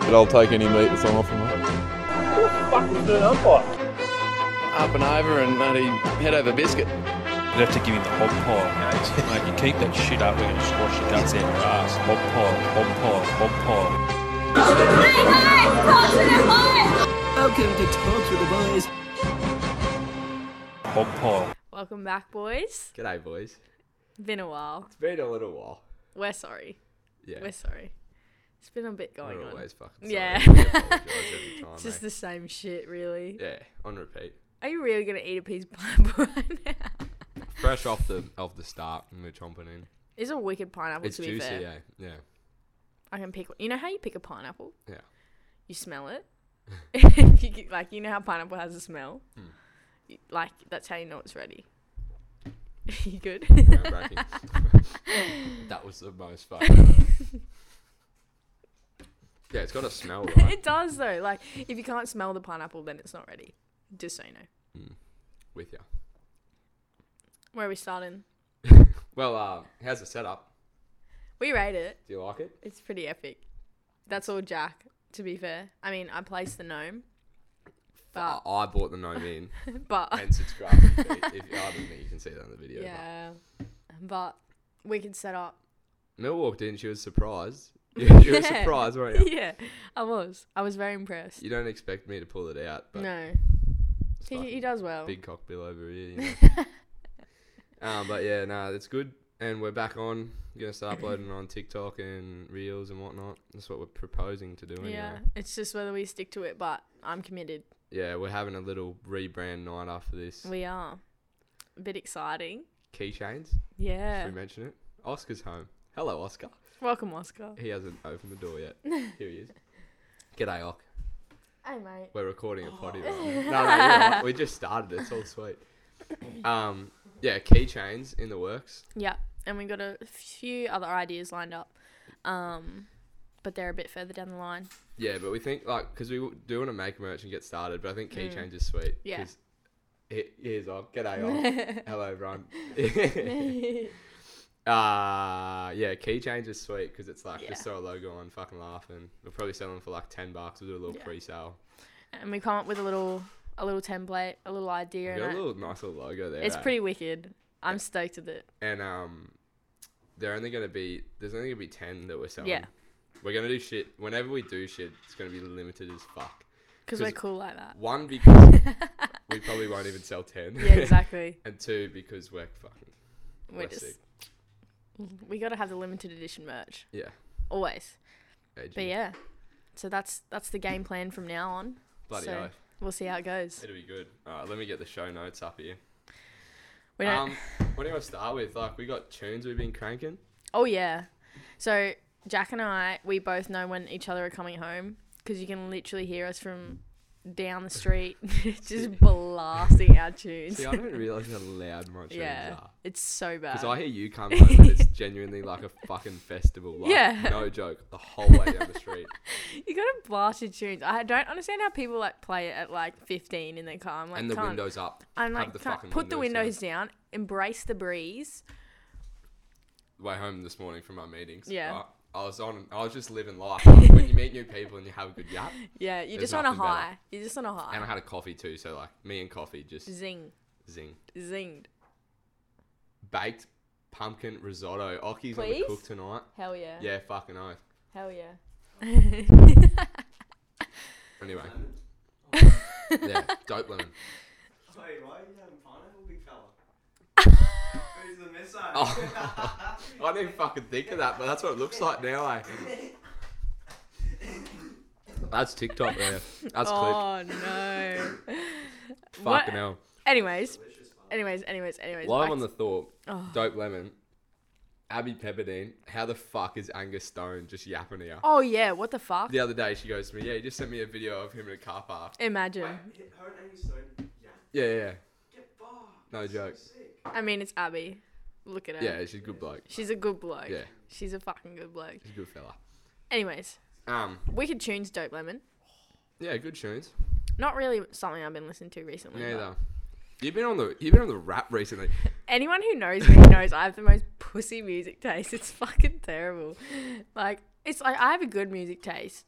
but I'll take any meat that's on offer, mate. Fuck was it up by? up and over and bloody head over biscuit. You'd have to give him the hog pile, mate. Mate, you keep that shit up, we're going to squash your guts out your ass. Hog pile, hog pile, hog pile. Welcome to Talks with the Boys. Hog pile. Welcome back, boys. G'day, boys. Been a while. It's been a little while. We're sorry. Yeah. We're sorry. It's been a bit going We're on. always fucking sorry. Yeah. We apologise every time, it's just eh? the same shit, really. Yeah, on repeat. Are you really gonna eat a piece of pineapple right now? Fresh off the off the start, and we're chomping in. It's a wicked pineapple. It's to be juicy, fair, yeah, yeah, I can pick. You know how you pick a pineapple? yeah. You smell it. you get, like you know how pineapple has a smell. Hmm. You- like that's how you know it's ready. you good? Groundbreaking. that was the most fun. yeah, it's got a smell, right? it does though. Like if you can't smell the pineapple, then it's not ready. Just so you know. With you. Where are we starting? Well, uh, how's the setup? We rate it. Do you like it? It's pretty epic. That's all Jack, to be fair. I mean, I placed the gnome, I but I bought the gnome in but and subscribed. if, you- if you, I don't think you can see that in the video. but- yeah, but we can set up. Mill walked in. She was surprised. You you were Yeah. surprised, weren't you? Yeah, I was. I was very impressed. You don't expect me to pull it out, but no, it's he, he fucking does well. big cock bill over here. You know? um, but yeah, no, that's good. And we're back on. We're gonna start uploading on TikTok and reels and whatnot. That's what we're proposing to do. Anyway. yeah, it's just whether we stick to it, but I'm committed. Yeah, we're having a little rebrand night after this. We are a bit exciting. Keychains. Yeah. Should we mention it? Oscar's home. Hello, Oscar. Welcome, Oscar. He hasn't opened the door yet. Here he is. G'day, Ock. Hey, mate. We're recording a potty. Oh. right now. No, no, you're right. we just started. It's all sweet. Um, yeah, keychains in the works. Yeah, and we got a few other ideas lined up, um, but they're a bit further down the line. Yeah, but we think like because we w- do want to make merch and get started, but I think keychains is sweet. Mm. Yeah. 'cause It is off. G'day, off. Hello, everyone. uh, yeah, keychains is sweet because it's like just Yeah. throw a logo on, fucking laugh, and we'll probably sell them for like ten bucks. We'll do a little Yeah. pre-sale. and we come up with a little a little template, a little idea, and We got a I- little nice little logo there. it's eh? pretty wicked. I'm stoked with it. and um, they're only gonna be there's only gonna be ten that we're selling. Yeah. We're gonna do shit. Whenever we do shit, it's gonna be limited as fuck. because we're 'Cause- cool like that. One because we probably won't even sell ten. Yeah, exactly. and two because we're fucking we're we're just sick. we got to have the limited edition merch Yeah. always. AG. But yeah, so that's that's the game plan from now on. Bloody so hell. we'll see how it goes. It'll be good. All right, let me get the show notes up here. We don't. Um, what do you want to start with? Like, we got tunes we've been cranking. oh yeah. So Jack and I, we both know when each other are coming home because you can literally hear us from down the street, just blasting our tunes. See, I don't realize how loud my tunes yeah, are. it's so bad. Because I hear you come home and it's genuinely like a fucking festival. Like, Yeah. No joke. The whole way down the street. You gotta blast your tunes. I don't understand how people like play it at like 15 in their car. I'm like, and the can't. windows up. I'm Have like, the can't. fucking put the windows windows down. Embrace the breeze. Way home this morning from my meetings. Yeah. right? I was on. I was just living life. Like, when you meet new people and you have a good yap. Yeah, you're There's just on a nothing better. high. You're just on a high. And I had a coffee too. So like me and coffee just Zing, zing. zinged. baked pumpkin risotto. Oki's on Please? the cook tonight. Hell yeah. Yeah, fucking oath. Hell yeah. Anyway. yeah, dope lemon. Wait, why are you having pineapple, big fella? Who's the missile? Oh, I didn't even fucking think of that, but that's what it looks like now, eh? That's TikTok there. That's clip. Oh no. Fucking what- hell. anyways, anyways, anyways, anyways. Live back on the to- thought. Oh. Dope lemon. Abby Pepperdine. How the fuck is Angus Stone just yapping here? oh yeah. What the fuck? The other day she goes to me, yeah, he just sent me a video of him in a car park. Imagine. Her and Amy Stone, yeah, Yeah, yeah, yeah. get bar. No joke. Sick. I mean, it's Abby. Look at her. Yeah, she's a good bloke. She's a good bloke. Yeah. She's a fucking good bloke. She's a good fella. Anyways, Um, Wicked Tunes, Dope Lemon. yeah, good tunes. Not really something I've been listening to recently. but- Neither. You've been on the you've been on the rap recently. Anyone who knows me knows I have the most pussy music taste. It's fucking terrible. Like it's like I have a good music taste,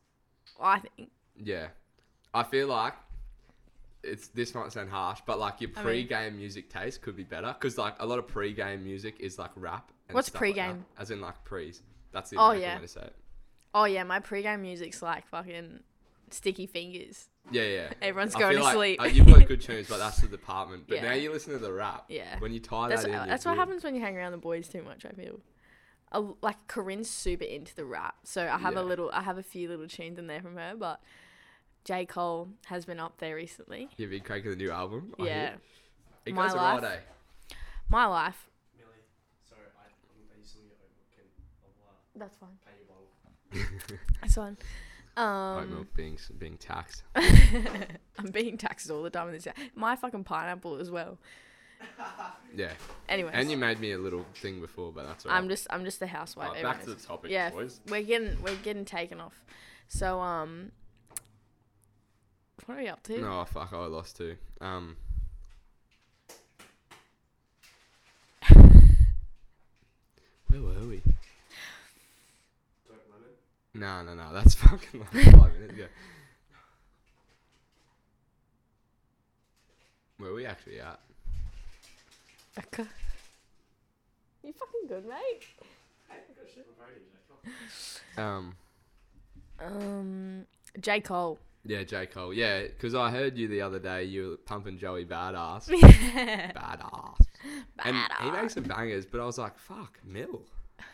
I think. Yeah. I feel like it's this might sound harsh, but like your I mean- pre-game music taste could be better because like a lot of pre-game music is like rap. And What's stuff like that, pre-game? as in like pre's. That's the Oh, American yeah. way to say it. Oh yeah, my pre-game music's like fucking sticky fingers. Yeah, yeah. Everyone's I going feel to like, sleep. uh, you've got good tunes, but that's the department. But Yeah. now you listen to the rap. Yeah. When you tie That's that in, that's it's what good. happens when you hang around the boys too much. I feel. I, like Corinne's super into the rap, so I have Yeah. a little, I have a few little tunes in there from her. But J Cole has been up there recently. You've been cranking the new album. I hear. yeah, It My goes alright, Life. eh? my life. Millie, sorry, I, I'm basing your own Can I'll uh, That's fine. pay you one. That's fine. Oat Um, milk being being taxed. I'm being taxed all the time in this. My fucking pineapple as well. Yeah. Anyways, And you made me a little thing before, but that's all right. I'm just, I'm just a housewife. Alright, everyone back to the knows. topic, yeah, boys. we're getting, we're getting taken off. So um, what are we up to? No, oh, fuck, I lost too. Um. Where were we? No, no, no. That's fucking like five minutes ago. Where we actually at? Okay. You fucking good, mate. Um. Um, J Cole. Yeah, J Cole. Yeah, because I heard you the other day. You were pumping Joey badass. badass. And he makes some bangers, but I was like, fuck, Mill.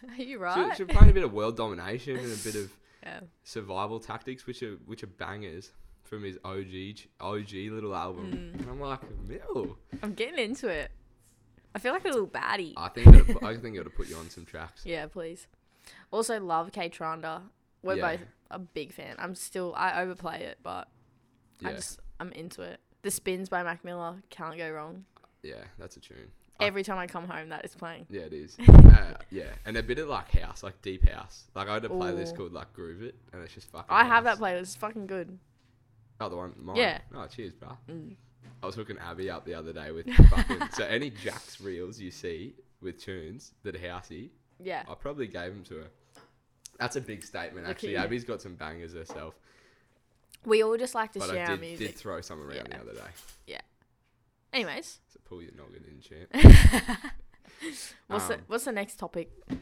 Are you Should, right? should play a bit of world domination and a bit of Yeah. survival tactics, which are which are bangers from his OG OG little Mm. album. And I'm like, Mill. I'm getting into it. I feel like a little baddie. I think it'll, pu- I think it'll put you on some tracks. Yeah, please. Also, love K Tranda. We're Yeah. both a big fan. I'm still I overplay it, but I Yeah. just I'm into it. The spins by Mac Miller can't go wrong. Yeah, that's a tune. I- Every time I come home, that is playing. Yeah, it is. uh, yeah, and a bit of like house, like deep house. Like I had a playlist Ooh. called like Groove It, and it's just fucking. I have house. that playlist. It's fucking good. Oh, the one. Mine. Yeah. Oh, cheers, bro. Mm. I was hooking Abby up the other day with fucking. so any Jack's reels you see with tunes that are housey, Yeah. I probably gave them to her. That's a big statement, Look at actually. you. Abby's got some bangers herself, We all just like to but share I our did, music. did throw some around Yeah. the other day. Anyways, So pull your noggin in, champ. what's the Um, what's the next topic? I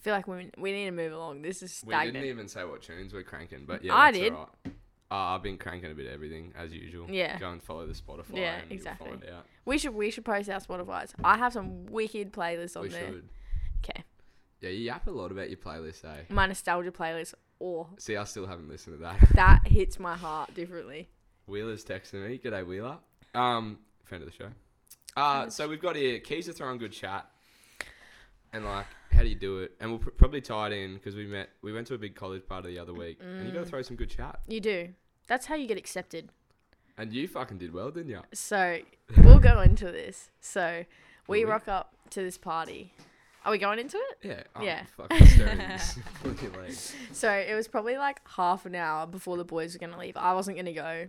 feel like we we need to move along. This is We didn't stagnant. even say what tunes we're cranking, but yeah, I that's did. All right. Uh, I've been cranking a bit of everything as usual. Yeah. Go and follow the Spotify. Yeah, and you'll exactly. Find out. We should we should post our Spotify's. I have some wicked playlists on we there. should. Okay, Yeah, you yap a lot about your playlist, eh? my nostalgia playlist. Or See, I still haven't listened to that. that hits my heart differently. Wheeler's texting me. G'day, Wheeler. Um, friend of the show. Uh, so we've got here keys to throwing good chat, and like how do you do it? And we'll pr- probably tie it in because we met. We went to a big college party the other week, and you got to throw some good chat. You do. That's how you get accepted. And you fucking did well, didn't you? So we'll go into this. So we Will we? rock up to this party. Are we going into it? Yeah. I'm Yeah. Fucking staring at this. Look at your legs. So it was probably like half an hour before the boys were gonna leave. I wasn't gonna go.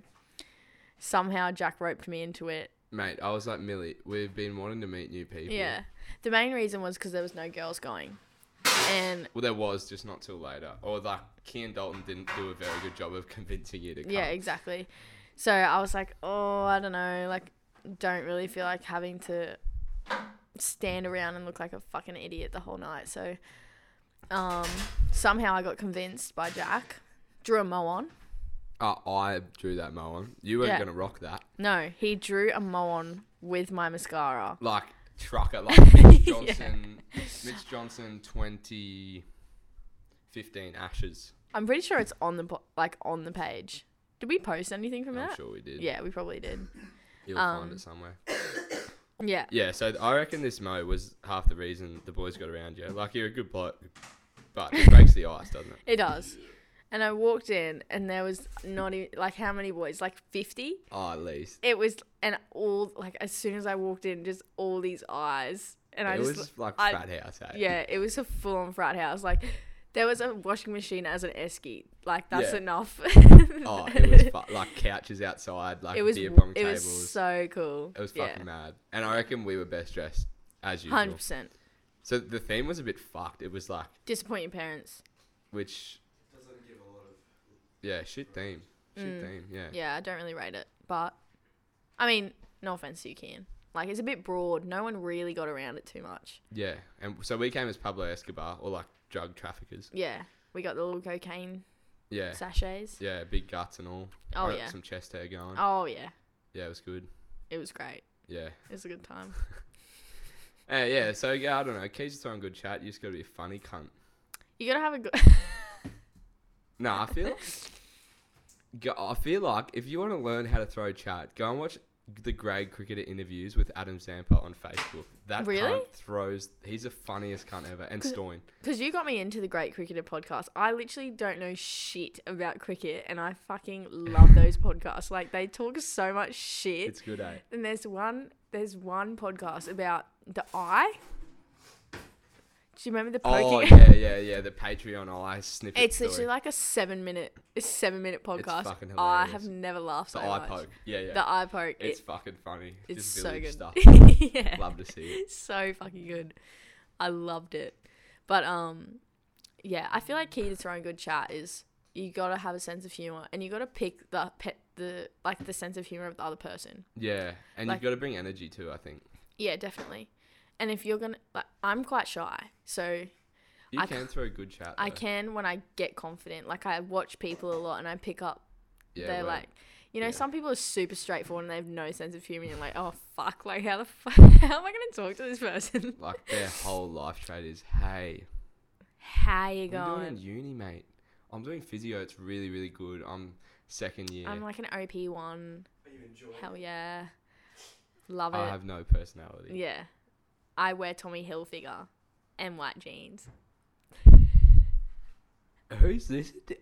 Somehow Jack roped me into it. Mate, I was like Millie. We've been wanting to meet new people. Yeah. The main reason was because there was no girls going. And Well, there was just not till later. Or like Kean Dalton didn't do a very good job of convincing you to come. yeah, exactly. So I was like, oh, I don't know, like, don't really feel like having to stand around and look like a fucking idiot the whole night. So um, somehow I got convinced by Jack. Drew a mow on. Uh, I drew that mo on. You weren't Yeah. gonna rock that. No, he drew a mow on with my mascara. like trucker, like Mitch Johnson, Mitch Johnson, twenty fifteen ashes. I'm pretty sure it's on the po- like on the page. Did we post anything from I'm that? sure we did. Yeah, we probably did. you'll um, find it somewhere. Yeah. Yeah, so th- I reckon this mo was half the reason the boys got around you. Like you're a good bloke, but it breaks the ice, doesn't it? It does. And I walked in, and there was not even like how many boys? Like fifty. Oh, at least It was, and all like as soon as I walked in, just all these eyes, and I it just was like I- frat house. Hey? yeah, it was a full on frat house. Like there was a washing machine as an esky. Like that's Yeah. enough. Oh, it was fu- like couches outside, like It was beer pong it tables. was so cool. it was fucking mad, and I reckon we were best dressed as usual. Hundred percent. So the theme was a bit fucked. It was like Disappoint your parents. which Doesn't give a lot of Yeah, shit theme. Shit theme. Yeah. Mm. Yeah, I don't really rate it, but I mean, no offense to you, Can. Like, it's a bit broad. No one really got around it too much. Yeah. And so we came as Pablo Escobar or like drug traffickers. Yeah, we got the little cocaine Yeah. sachets. Yeah, big guts and all. Oh, I got yeah. Some chest hair going. Oh yeah, Yeah, it was good. it was great. Yeah. It was a good time. Uh, yeah, so yeah, I don't know. Keys are throwing good chat. You just gotta be a funny cunt. You gotta have a good. No, I feel. Go- I feel like if you want to learn how to throw chat, go and watch the Greg cricketer interviews with Adam Zampa on Facebook. That Really? cunt throws. He's the funniest cunt ever. And Stoin. Because you got me into the Great Cricketer podcast. I literally don't know shit about cricket, and I fucking love those podcasts. Like they talk so much shit. It's good, eh? and there's one there's one podcast about the eye. Do you remember the poking? Oh yeah, yeah, yeah. The Patreon oh, eye snippet. It's story. literally like a seven minute, a seven minute podcast. fucking I hilarious. have never laughed so the eye much. poke. Yeah, yeah. The eye poke. it's it- fucking funny. it's Just so village good. Stuff. yeah. Love to see it. so fucking good. I loved it. But um yeah, I feel like key to throwing good chat is you gotta have a sense of humor and you gotta pick the pet the like the sense of humor of the other person. Yeah, and Like- you've got to bring energy too. I think Yeah, definitely. And if you're gonna like I'm quite shy, so you I ca- can throw good chat. I though. can when I get confident. Like I watch people a lot and I pick up Yeah, they're well, like you know, yeah. some people are super straightforward and they have no sense of humor. And you're like, oh fuck, like how the fuck, how am I gonna talk to this person? like their whole life trade is, hey, How you what are you going? doing in uni, mate? I'm doing physio. It's really, really good. I'm second year. I'm like an OP one. Are you enjoying Hell yeah. Love it. I have no personality. yeah. I wear Tommy Hilfiger and white jeans. Who's this? di-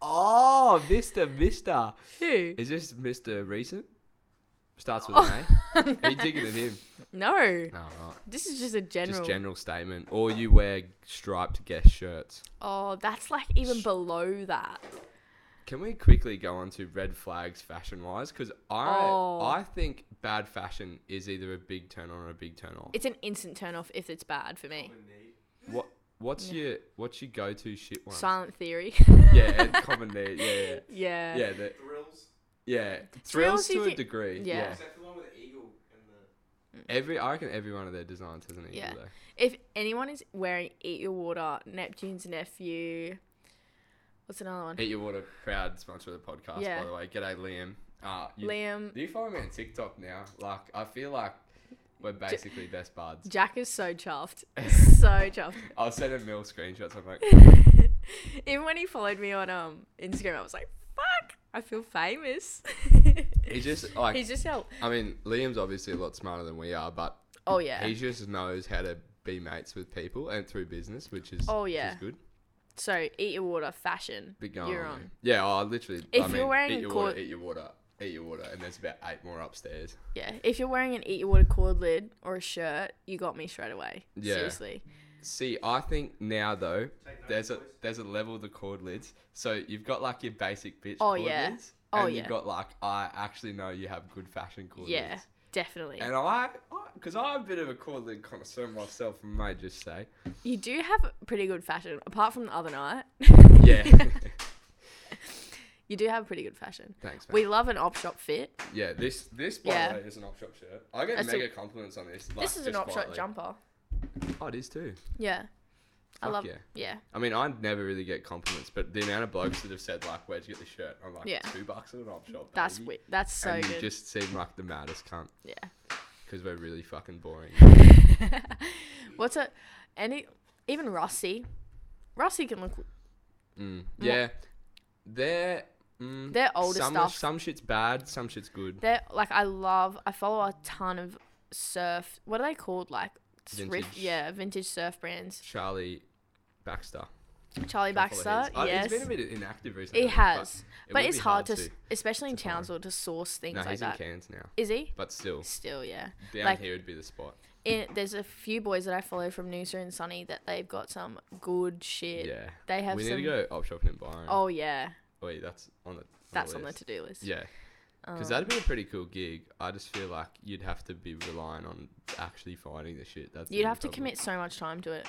Oh, Mister, Mister. Who? Is this Mister Recent? Starts with an A. Are you digging at him? No. No, right. This is just a general. Just general statement. Or you wear striped guest shirts. Oh, that's like even below that. Can we quickly go on to red flags fashion wise? Because I Oh. I think bad fashion is either a big turn on or a big turn off. It's an instant turn off if it's bad for me. What what's your what's your go to shit one? Silent theory. yeah, and common need. Yeah, yeah. yeah, yeah. The, Thrills? yeah. Thrills Thrills you to can- a degree. yeah. Mm. Yeah. Except the one with the eagle and the. Every I reckon every one of their designs has an eagle Yeah. though. If anyone is wearing Eat Your Water, Neptune's Nephew. What's another one? Eat your water. Proud sponsor of the podcast, Yeah. by the way. G'day, Liam. Uh, you, Liam. Do you follow me on TikTok now? Like, I feel like we're basically best buds. Jack is so chuffed. so chuffed. I'll send him Mill screenshots. I'm like, Even when he followed me on um Instagram, I was like, "Fuck, I feel famous." he's just like, He's just out. I mean, Liam's obviously a lot smarter than we are, but Oh yeah. he just knows how to be mates with people and through business, which is Oh, which is yeah. good. so eat your water, fashion. Big going You're on. on. there. Yeah, oh, literally. If I you're mean, wearing eat a your cord- water, eat your water, eat your water, and there's about eight more upstairs. Yeah. If you're wearing an eat your water cord lid or a shirt, you got me straight away. Yeah. Seriously. See, I think now though, note, there's a boys. there's a level of the cord lids. So you've got like your basic bitch Oh, cord yeah. lids, Oh, and yeah. you've got like I actually know you have good fashion cord yeah. lids. Definitely. And I, because I'm a bit of a cord lid connoisseur myself, I might just say, You do have pretty good fashion, apart from the other night. yeah. you do have pretty good fashion. Thanks, man. We love an op shop fit. Yeah, this this by Yeah. the way is an op shop shirt. I get That's a- mega compliments on this. like, this is an just op shop quietly. jumper. Oh, it is too. Yeah. I Fuck love. yeah. yeah. I mean, I never really get compliments, but the amount of blokes that have said like, "Where'd you get the shirt?" I'm like, Yeah. two bucks at an op shop. That's baby." wi- that's so and good. you just seem like the maddest cunt yeah. because we're really fucking boring. What's a any even Rossi? Rossi can look. Mm. Yeah, they're mm, Their older some, stuff. Some shit's bad, some shit's good. They're like I love. I follow a ton of surf. What are they called? Like thrift. Vintage. Yeah, vintage surf brands. Charlie Baxter. Charlie Don't follow Baxter. his. I- yes, he's been a bit inactive recently. he I think, has. it But, would it's be hard to, s to- especially in to find. Townsville, to source things No, like he's that. in Cairns now, Is he? but still, Still, yeah. down like- here would be the spot. In, there's a few boys that I follow from Noosa and Sunny that they've got some good shit. Yeah, They have we some. need to go op shopping in Byron. Oh yeah, wait, that's on the on that's the on the oh. list. to-do list. Yeah. Because that'd be a pretty cool gig. I just feel like you'd have to be relying on actually finding the shit. That's the You'd only have to problem. commit so much time to it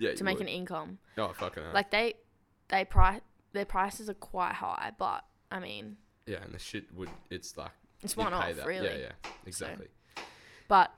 yeah, to make an e income. Oh, fucking hell. Like they, they price their prices are quite high, but I mean, Yeah, and the shit would it's like it's you'd one off pay that. really. Yeah, yeah, exactly. But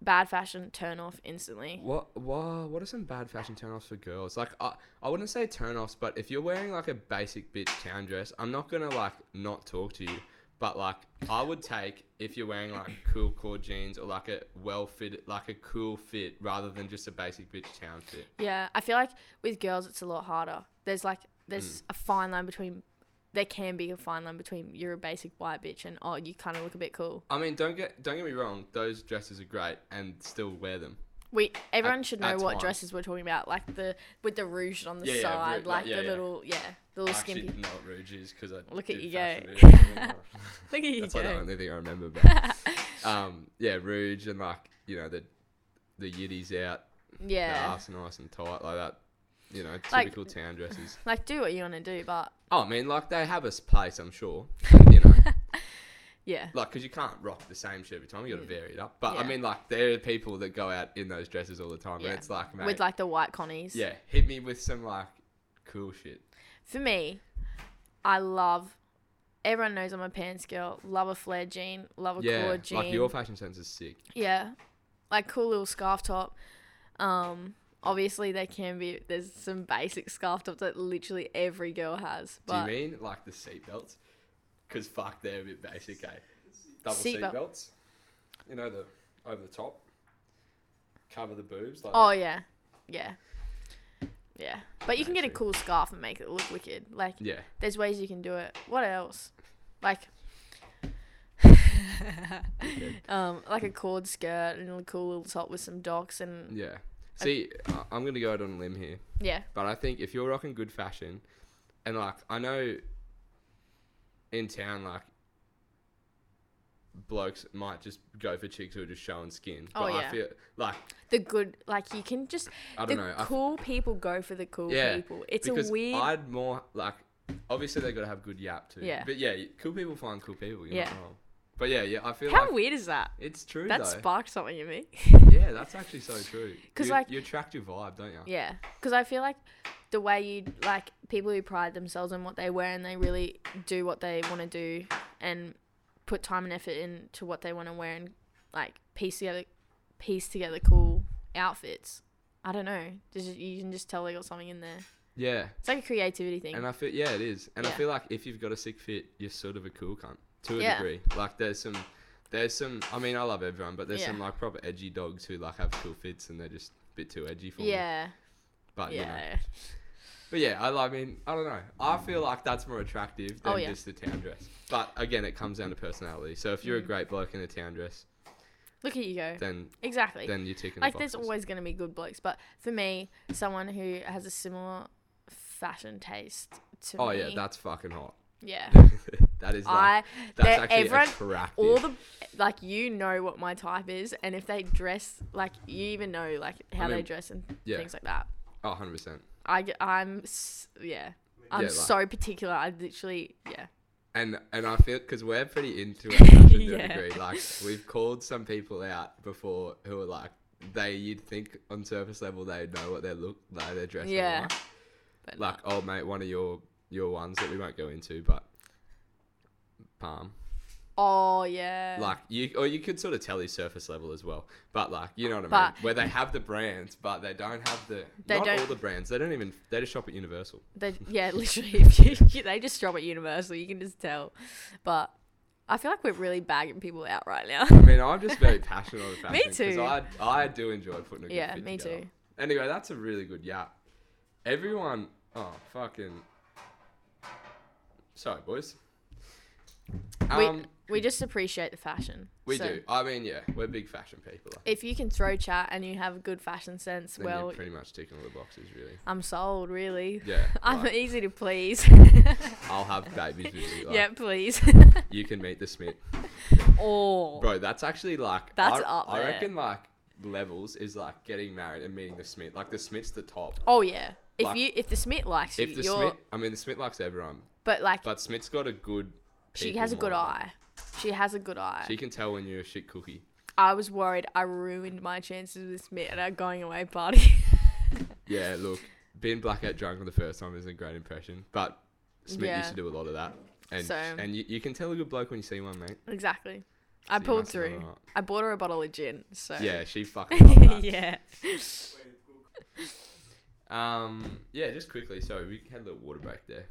bad fashion turn off instantly. What what what are some bad fashion turnoffs for girls? Like I I wouldn't say turnoffs, but if you're wearing like a basic bitch town dress, I'm not gonna like not talk to you. But like I would take if you're wearing like cool core jeans or like a well fit like a cool fit rather than just a basic bitch town fit. Yeah, I feel like with girls it's a lot harder. There's like there's Mm. a fine line between there can be a fine line between you're a basic white bitch and oh you kind of look a bit cool. I mean, don't get don't get me wrong, those dresses are great and still wear them. We everyone should know at what times. dresses we're talking about, like the with the rouge on the Yeah, yeah, side, rouge, like yeah, the yeah. little yeah, the little I actually skimpy. didn't know what rouge is because I Look at did you fashion go. videos. Look at you mm, That's go. like the only thing I remember. But, um, yeah, rouge and like you know the the yiddies out, the yeah, arse nice and tight like that. You know, Like- typical town dresses. like do what you want to do, but Oh, I mean, like they have a place, I'm sure. You know, yeah, like because you can't rock the same shit every time. You got to vary it up. But I Mm. Yeah. mean, like there are people that go out in those dresses all the time, yeah. and it's like, mate, with like the white connies. yeah, hit me with some like cool shit. For me, I love. Everyone knows I'm a pants girl. Love a flare jean. Love a Yeah, cord jean. like your fashion sense is sick. Yeah. Like cool little scarf top. Um obviously they can be there's some basic scarf tops that literally every girl has. But Do you mean like the seatbelts? Because fuck, they're a bit basic, eh? Double Seatbelt. seatbelts. You know the over the top. Cover the boobs. Like Oh yeah. Yeah. Yeah. But you can get a Actually. cool scarf and make it look wicked. Like Yeah. there's ways you can do it. What else? Like um, like a cord skirt and a cool little top with some docks and Yeah. See, I- I'm gonna go out on a limb here, yeah, but I think if you're rocking good fashion, and like I know, in town like blokes might just go for chicks who are just showing skin. Oh, but I yeah. feel like the good like you can just I the don't know. I f- cool people go for the cool yeah, people. It's because a weird I'd more like obviously they gotta have good yap too. Yeah. But yeah, cool people find cool people. You're yeah. Yeah. Not wrong. But yeah, yeah, I feel How like weird is that? it's true That though. sparked something in me. yeah, that's actually so true. 'Cause, you, like- you attract your vibe, don't you? yeah, because I feel like the way you like people who pride themselves on what they wear and they really do what they want to do and put time and effort into what they want to wear and like piece together piece together cool outfits. I don't know. Just, you can just tell they got something in there. Yeah. It's like a creativity thing. And I feel yeah, it is. And I Yeah. feel like if you've got a sick fit, you're sort of a cool cunt to a Yeah. degree. Like there's some, there's some. I mean, I love everyone, but there's Yeah. some like proper edgy dogs who like have cool fits and they're just a bit too edgy for me. yeah, But you know, yeah, But yeah, I, I mean, I don't know. I feel like that's more attractive than Oh, yeah. just the town dress. But again, it comes down to personality. So if you're Mm. a great bloke in a town dress, look at you go. then Exactly. then you're ticking like the there's boxes. always going to be good blokes but for me someone who has a similar fashion taste to Oh me yeah, that's fucking hot. yeah that is. Like, i that's they're actually everyone attractive. all the like you know what my type is and if they dress like you even know like how they mean, dress and yeah. things like that oh, 100 percent. i get- i'm s- yeah i'm Yeah, like- so particular i literally yeah And and I feel because we're pretty into our fashion to Yeah. a degree. Like we've called some people out before who are like they you'd think on surface level they know what they look like their dress. Yeah. Like. but like oh mate, one of your your ones that we won't go into, but palm. oh yeah like you or you could sort of tell his surface level as well but like you know what i mean But- where they have the brands but they don't have the They not don't- all the brands they don't even they just shop at universal They, yeah, literally, if you, they just drop at Universal. You can just tell. But I feel like we're really bagging people out right now. i mean i'm just very passionate on fashion too. I, I do enjoy putting a good Yeah, fit me together. too. anyway that's a really good yap everyone oh fucking sorry boys um we, we just appreciate the fashion. we So do i mean yeah we're big fashion people I think. If you can throw chat and you have a good fashion sense, Then well, you're pretty much ticking all the boxes really I'm sold, really. yeah I'm like, easy to please. i'll have babies with you like, yeah, please. you can meet the smith oh, Bro, that's actually like That's I, up I there. reckon like levels is like getting married and meeting the Smith. Like the Smith's the top. oh yeah. If Like- you if the Smith likes you, If the you're Smith, I mean the Smith likes everyone, but like but Smith's got a good. she people has a good mind. eye. She has a good eye. She can tell when you're a shit cookie. I was worried I ruined my chances with Smith at our going away party. Yeah, look, being blackout drunk for the first time isn't a great impression, but Smith Yeah. used to do a lot of that. And, So- and you, you can tell a good bloke when you see one, mate. Exactly. I So you pulled must have done through. alright. I bought her a bottle of gin. So Yeah, she fucking loved that. yeah. Um, yeah, just quickly. So we had a little water break there.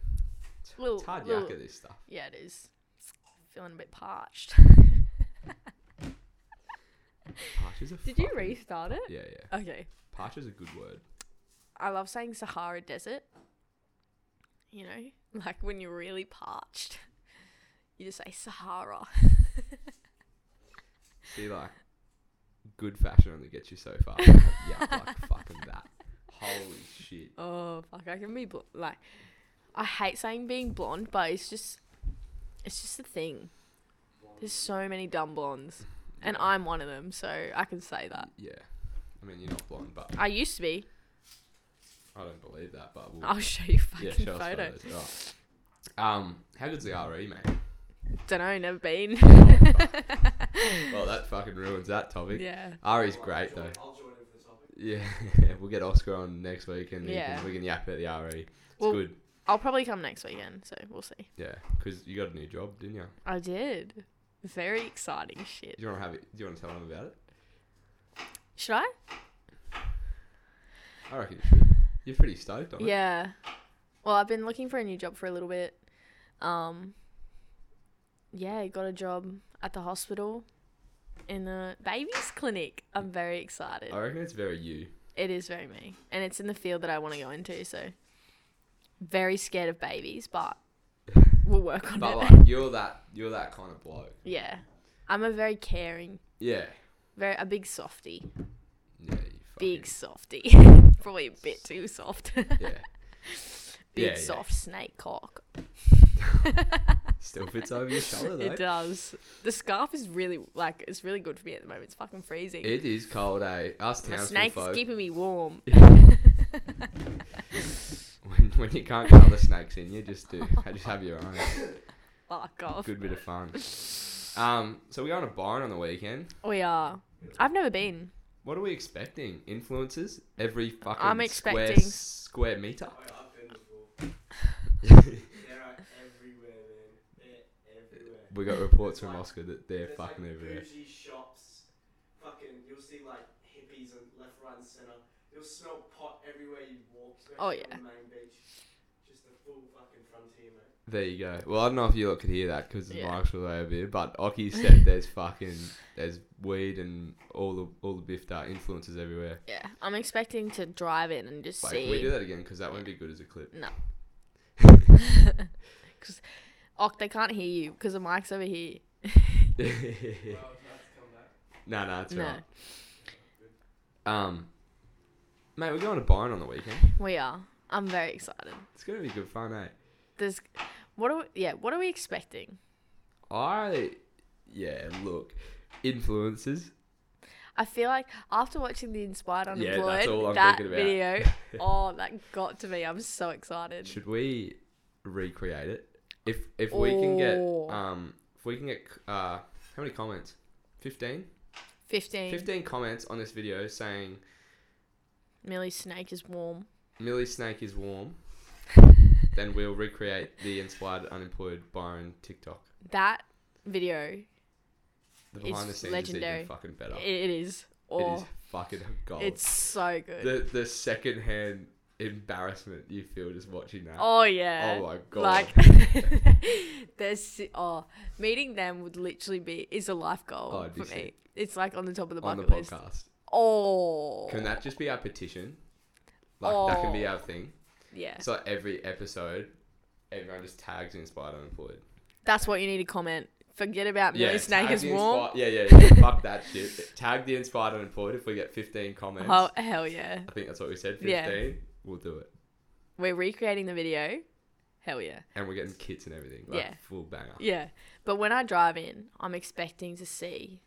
It's, Little- it's hard little- yuck at this stuff. Yeah, it is. Feeling a bit parched. Parch is a Did you fucking- restart it? Yeah, yeah. Okay. Parch is a good word. I love saying Sahara Desert. You know, like when you're really parched, you just say Sahara. See, like, good fashion only gets you so far. yeah, like fucking that. Holy shit. Oh fuck! I can be bl- like, I hate saying being blonde, but it's just, it's just a thing. There's so many dumb blondes, and I'm one of them, so I can say that. Yeah. I mean, you're not blonde, but I used to be. I don't believe that. But we'll, I'll show you Oh, yeah, fucking show us photo. photos. Right. Um, how good's the RE, mate? Don't know. Never been. Well, that fucking ruins that topic. yeah. RE's great though. I'll join in for the topic. Yeah, we'll get Oscar on next week, and we Yeah. can, we can yap at the RE. It's Well- good. I'll probably come next weekend, so we'll see. Yeah, because you got a new job, didn't you? I did. Very exciting shit. Do you want to have it? Do you want to tell them about it? Should I? I reckon you should. You're pretty stoked on it. Yeah. Well, I've been looking for a new job for a little bit. Um Yeah, I got a job at the hospital in the babies clinic. I'm very excited. I reckon it's very you. It is very me. And it's in the field that I want to go into, so very scared of babies, but we'll work on But it. like you're that you're that kind of bloke. yeah. I'm a very caring, Yeah. very a big softy. Yeah. You fucking, Big softy. Probably a bit too soft. Yeah. big yeah, yeah. soft snake cock. Still fits over your shoulder though. It does. The scarf is really like it's really good for me at the moment. It's fucking freezing. It is cold, eh? Us the townsfolk. snake is keeping me warm. when, when you can't get other snakes in, you just do. Just have your own. Fuck off. Good bit of fun. Um. So we go on a barn on the weekend. We are. I've never been. What are we expecting? Influences every fucking I'm square, expecting- square meter. Wait, I've been before. They're out everywhere, man. They're everywhere. we got reports from Oscar that they're There's, fucking like, over there. bougie shops. Fucking, you'll see like hippies and left, right, and center. You'll smell pot everywhere you walk. Oh, especially yeah. On the main beach. Just the full fucking frontier, mate. There you go. Well, I don't know if you lot could hear that because the Yeah. mics were over here, but Oki said there's fucking there's weed and all the all the bifter influences everywhere. Yeah, I'm expecting to drive in and just Like see. can we do that again because that won't be good as a clip. No. Because, oh, they can't hear you because the mic's over here. no, Well, that's come back. no, it's No. alright. Um, mate, we're going to Byron on the weekend. We are. I'm very excited. It's gonna be good fun, eh? There's, what are we, yeah? What are we expecting? I, yeah, look, influences. I feel like after watching the Inspired Yeah, that's Unemployed all I'm that thinking about. video, oh, that got to me. I'm so excited. Should we recreate it? If if we can get Oh. um if we can get uh how many comments? 15? 15. 15 comments on this video saying Millie's snake is warm. Millie Snake is warm. then we'll recreate the inspired unemployed Byron TikTok. That video, The It's behind the scenes is legendary. even fucking better. Oh. It it is. is Oh, fucking gold. it's so good. the the second hand embarrassment you feel just watching that. oh yeah. Oh my God. Like, there's oh, meeting them would literally be is a life goal Oh, it'd for be me. sick. It's like on the top of the on the bucket list. podcast. Oh. Can that just be our petition? Like that can be Oh. our thing. yeah. So like every episode, everyone just tags Inspired Unemployed. That's what you need to comment. Forget about Millie snake tag is the warm. Inspi- yeah, yeah, yeah. Fuck that shit. Tag the Inspired Unemployed if we get 15 comments. Oh hell yeah. I think that's what we said, 15. Yeah. We'll do it. We're recreating the video. Hell yeah. And we're getting kits and everything. Like, Yeah. Full banger. Yeah. But when I drive in, I'm expecting to see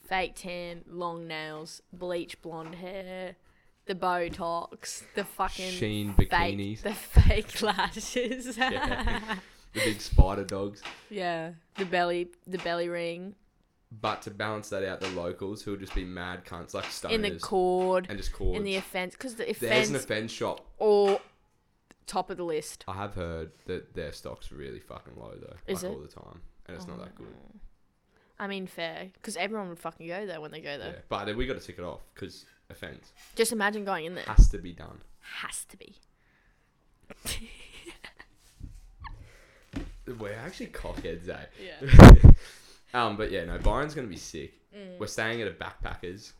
fake tan, long nails, bleach blonde hair, the Botox, the fucking Sheen fake, bikinis. the fake lashes. Yeah. yeah. The big spider dogs. The belly the belly ring. But to balance that out, the locals who will just be mad cunts like stoners in the chord, Oh, and just chords. in the offense, because the There's offense an offense shop. or top of the list. I have heard that their stock's really fucking low though, Is like it? Mm, all the time, and it's not that good. I mean, fair, because everyone would fucking go there when they go there. Yeah, but then we got to tick it off because offense Just imagine going in there. has to be done. Has to be. We're actually cockheads, eh? Yeah. Um, but yeah, no, Byron's gonna be sick. Mm. We're staying at a backpackers.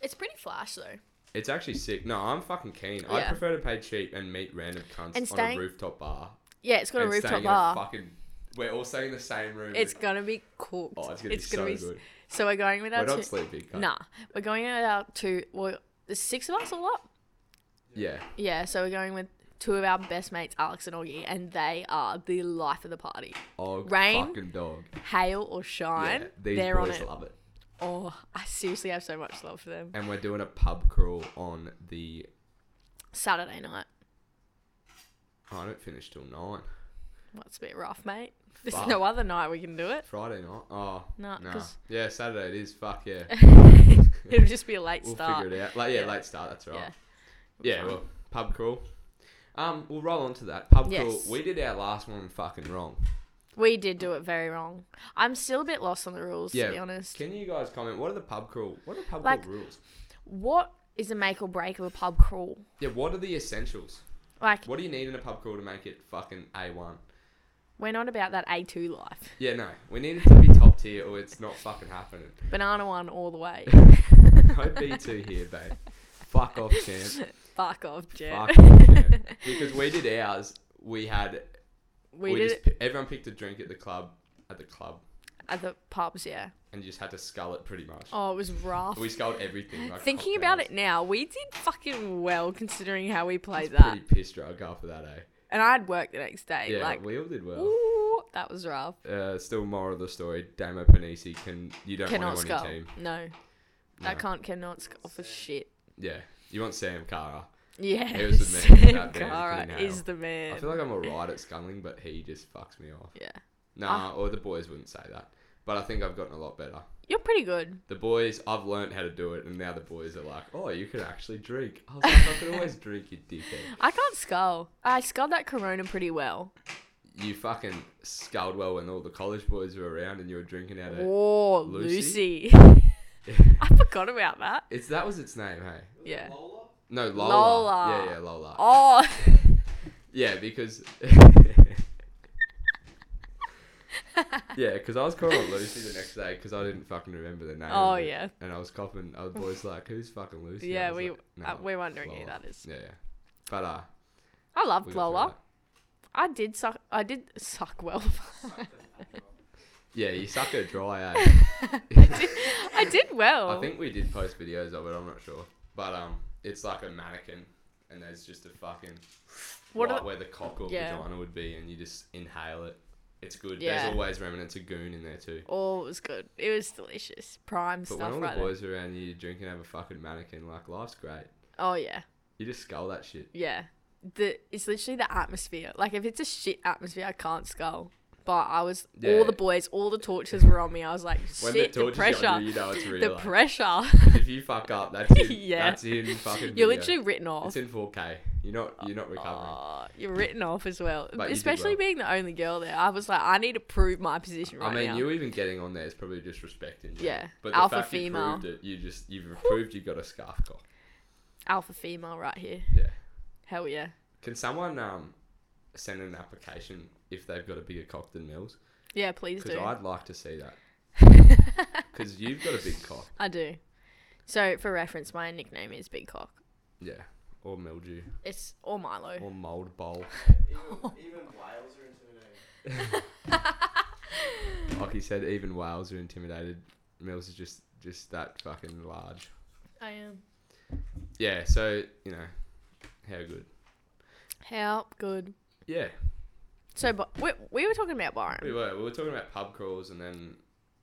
It's pretty flash though. It's actually sick. No, I'm fucking keen. I Yeah. prefer to pay cheap and meet random cunts And on staying- a rooftop bar. Yeah, it's got a and rooftop staying in bar. fucking, we're all staying in the same room. It's gonna be cooked. oh, it's gonna be so s- good. So we're going with our We're not two. sleeping. cunt. Nah, we're going with our two. Well, there's six of us all up. Yeah. Yeah, so we're going with two of our best mates, Alex and Augie, and they are the life of the party. Oh, Rain. fucking dog. Hail or shine, Yeah, these they're on boys it. love it. Oh, I seriously have so much love for them. And we're doing a pub crawl on the. Saturday night. oh, I don't finish till nine. That's a bit rough, mate. There's Fuck. no other night we can do it. Friday night. Oh. Nah, nah. 'cause- Yeah, Saturday it is. Fuck yeah. It'll just be a late we'll start. figure it out. Like yeah, Yeah. late start. That's right. Yeah. Yeah, well, pub crawl. Um, we'll roll on to that. Pub crawl. Yes. We did our last one fucking wrong. We did do it very wrong. I'm still a bit lost on the rules, Yeah. to be honest. Can you guys comment? What are the pub crawl? What are pub Like- crawl rules? What is the make or break of a pub crawl? Yeah, what are the essentials? Like, What do you need in a pub crawl to make it fucking A one? we're not about that A2 life. Yeah, no, we need it to be top tier or it's not fucking happening. Banana one all the way. No B two here, babe. Fuck off, champ. Fuck off, Jet. Fuck off, champ. Because we did ours. We had we, did just it pi- everyone picked a drink at the club at the club at the pubs, yeah. and just had to scull it pretty much. Oh, it was rough. We sculled everything. Like Thinking about cocktails. it now, we did fucking well considering how we played It's that. Pretty pissed drunk after that, eh? And I had work the next day. Yeah, like, we all did well. ooh, that was rough. Uh, still, moral of the story: Damo Panisi can you don't Cannot want him on skull. your team. No. No. That can't cannot skull for shit. Yeah, you want Sam Cara. Yeah. He was the man. That man Kara couldn't is hail. the man. I feel like I'm alright at sculling, but he just fucks me off. yeah. Nah, Ah. or the boys wouldn't say that. But I think I've gotten a lot better. You're pretty good. The boys, I've learnt how to do it, and now the boys are like, "Oh, you can actually drink." I was like, "I could always drink, you dickhead." I can't skull. I sculled that corona pretty well. You fucking sculled well when all the college boys were around, and you were drinking out of. Oh, Lucy? Lucy. I forgot about that. It's that was its name, hey. Yeah. Lola? No, Lola. Lola. Yeah, yeah, Lola. Oh, Yeah, because. yeah, because I was calling her Lucy the next day because I didn't fucking remember the name. Oh, of it. yeah. And I was coughing. I was boys like, "Who's fucking Lucy?" I Yeah, was we- like, uh, we're wondering who Lola." that is. Yeah, yeah. But uh, I loved we got through Lola. that. I did suck. I did suck well. Yeah, you suck her dry. Eh? I did well. I think we did post videos of it. I'm not sure, but um, it's like a mannequin, and there's just a fucking What right are the- where the cock or Yeah. vagina would be, and you just inhale it. It's good. Yeah. There's always remnants of goon in there too. oh, it was good. It was delicious. Prime But stuff, when all right? the there. boys are around you, you drink and have a fucking mannequin, like life's great. Oh yeah, You just scull that shit. yeah. The it's literally the atmosphere. Like if it's a shit atmosphere, I can't skull. But I was Yeah. all the boys, all the tortures were on me. I was like, When shit, the the, torture's pressure, on you, you know it's real. the like, pressure. if you fuck up, that's in, Yeah. that's in fucking. You're video. literally written off. It's in 4K. You're not. You're not recovering. Oh, you're written off as well. But you did Especially well. being the only girl there. I was like, I need to prove my position right I mean, now. you even getting on there is probably disrespecting. You. Yeah. But the Alpha fact you female. proved it, you just you've proved you got a scarf cock. Alpha female right here. Yeah. Hell yeah. Can someone um send an application if they've got a bigger cock than Mills? Yeah, please Because do. I'd like to see that. Because you've got a big cock. I do. So, for reference, my nickname is Big Cock. Yeah. Or mildew. It's or Milo. Or mold bowl. Even, even whales are eh? intimidating. Like he said, even whales are intimidated. Mills is just just that fucking large. I am. Yeah. So you know, how good. How good. Yeah. So, but we, we were talking about We Byron. were we were talking about pub crawls and then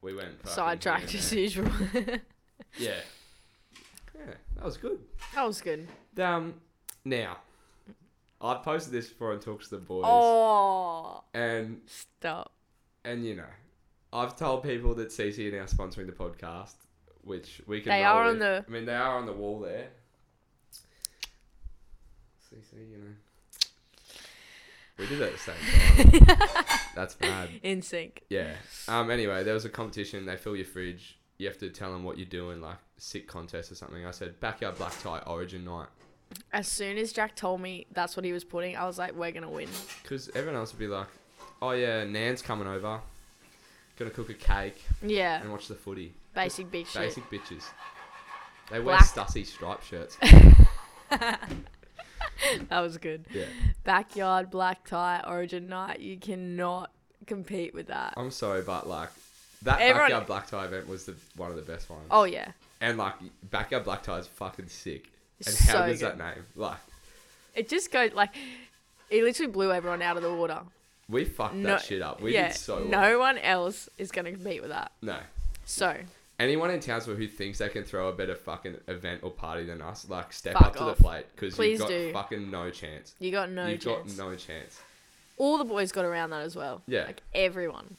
we went fucking here Sidetracked and there. as usual. Yeah. Yeah, that was good. that was good. Um, now, I posted this before I talked to the boys, Oh, and stop. and you know, I've told people that CC are now sponsoring the podcast, which we can. They roll are on with. the- I mean, they are on the wall there. CC, you know. We did it at the same time. That's bad. in sync. Yeah. Um. Anyway, there was a competition. They fill your fridge. You have to tell them what you're doing, like sick contest or something. I said backyard black tie origin night As soon as Jack told me that's what he was putting, I was like, we're gonna win. because everyone else would be like, "Oh yeah, Nan's coming over, gonna cook a cake Yeah, and watch the footy." basic bitch shit. Basic bitches. They wear Black. Stussy stripe shirts. That was good. yeah. Backyard black tie origin night. You cannot compete with that. I'm sorry, but like that Everyone- backyard black tie event was the one of the best ones. Oh yeah, And like backyard black tie is fucking sick. And So how does good. that name? Like it just goes like it literally blew everyone out of the water. we fucked No, that shit up. We yeah, did so no well. one else is gonna compete with that. No. So Anyone in Townsville who thinks they can throw a better fucking event or party than us, like step Fuck up to the off. plate because Please you've got do. fucking no chance. you got no you've chance. got no chance. All the boys got around that as well. Yeah. like everyone.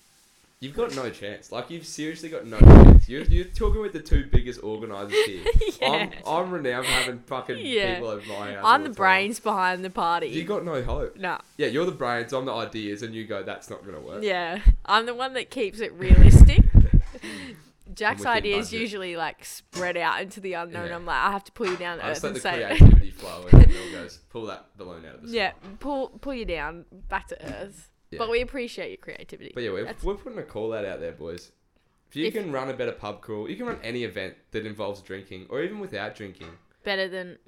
You've got no chance. Like you've seriously got no chance. You're, you're talking with the two biggest organisers here. I'm, Yeah. I'm renowned for having fucking Yeah. people over my I'm house. all the time. brains behind the party. You got no hope. no. Yeah, you're the brains. I'm the ideas, and you go, that's not gonna work. Yeah, I'm the one that keeps it realistic. Jack's within ideas budget. usually like spread out into the unknown. Yeah. I'm like, I have to pull you down to I earth just let and the say, creativity flow, and then it all goes pull that balloon out of the sky. yeah, pull pull you down back to earth. Yeah. But we appreciate your creativity. But yeah, we're, That's- we're putting a call out out there, boys. If you If- can run a better pub crawl, you can run any event that involves drinking, or even without drinking. better than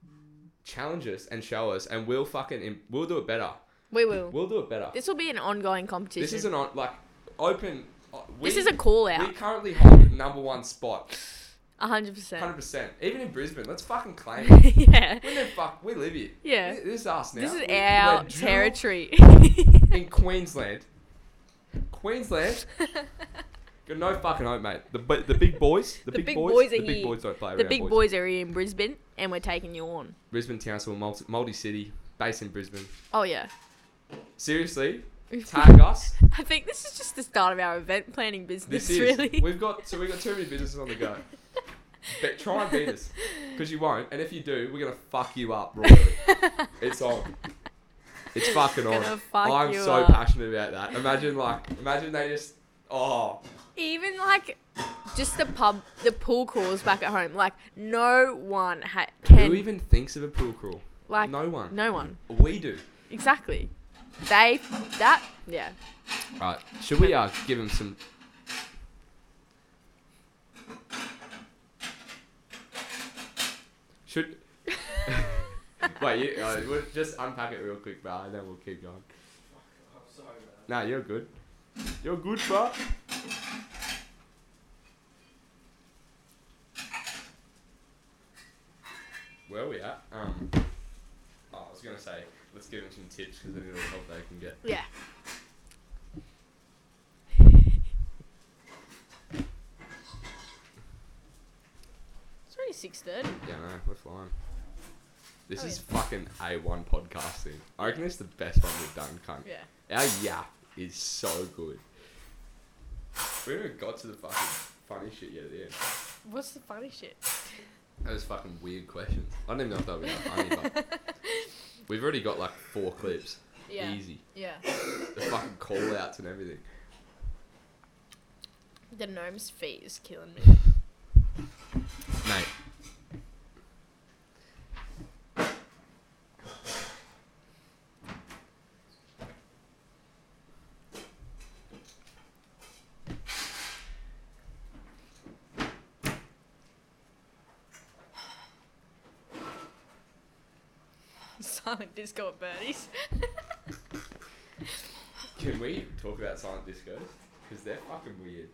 Challenge us and show us, and we'll fucking im- we'll do it better. we will. We'll do it better. this will be an ongoing competition. This is an on, like open. uh, we- This is a call We out. currently hold the number one spot, hundred percent. hundred percent. Even in Brisbane, let's fucking claim it. Yeah. We live, fuck, we live here. Yeah. This, this is us now. This is We- our we're dual territory. in Queensland. Queensland. Got no fucking hope, mate. The bi- the big boys, the, big, boys, are the big here. boys don't play The around, big boys. boys are here in Brisbane, and we're taking you on. Brisbane Townsville, multi, multi city, based in Brisbane. Oh yeah. Seriously, tag us. I think this is just the start of our event planning business, This is really. we've got so we've got too many businesses on the go. But try and beat us, because you won't. And if you do, we're gonna fuck you up royally. it's on. It's fucking Gonna on. fuck I'm you so up. passionate about that. Imagine like, imagine they just, oh, Even like just the pub, the pool crawls back at home. Like no one ha- can. who even thinks of a pool crawl? like no one. No one. We do. Exactly. They that yeah. Right. Should we uh give him some? Should. Wait, you, uh, we'll just unpack it real quick, bro, and then we'll keep going. I'm sorry, Nah, man. you're good. You're good, bro. Where are we at? Um. Oh, I was gonna say, let's give him some tips because then it'll help they can get. Yeah. It's already six thirty. Yeah, no, we're flying. This Oh, is fucking A1 podcasting. I reckon it's the best one we've done, cunt. Yeah. Our yap is so good. We haven't even got to the fucking funny shit yet at the end. What's the funny shit? That was fucking weird questions. I don't even know if they'll be that funny, but we've already got like four clips. Yeah. Easy. Yeah. The fucking call outs and everything. The gnome's feet is killing me. Mate. Silent disco at Birdie's. Can we talk about silent discos? Because they're fucking weird.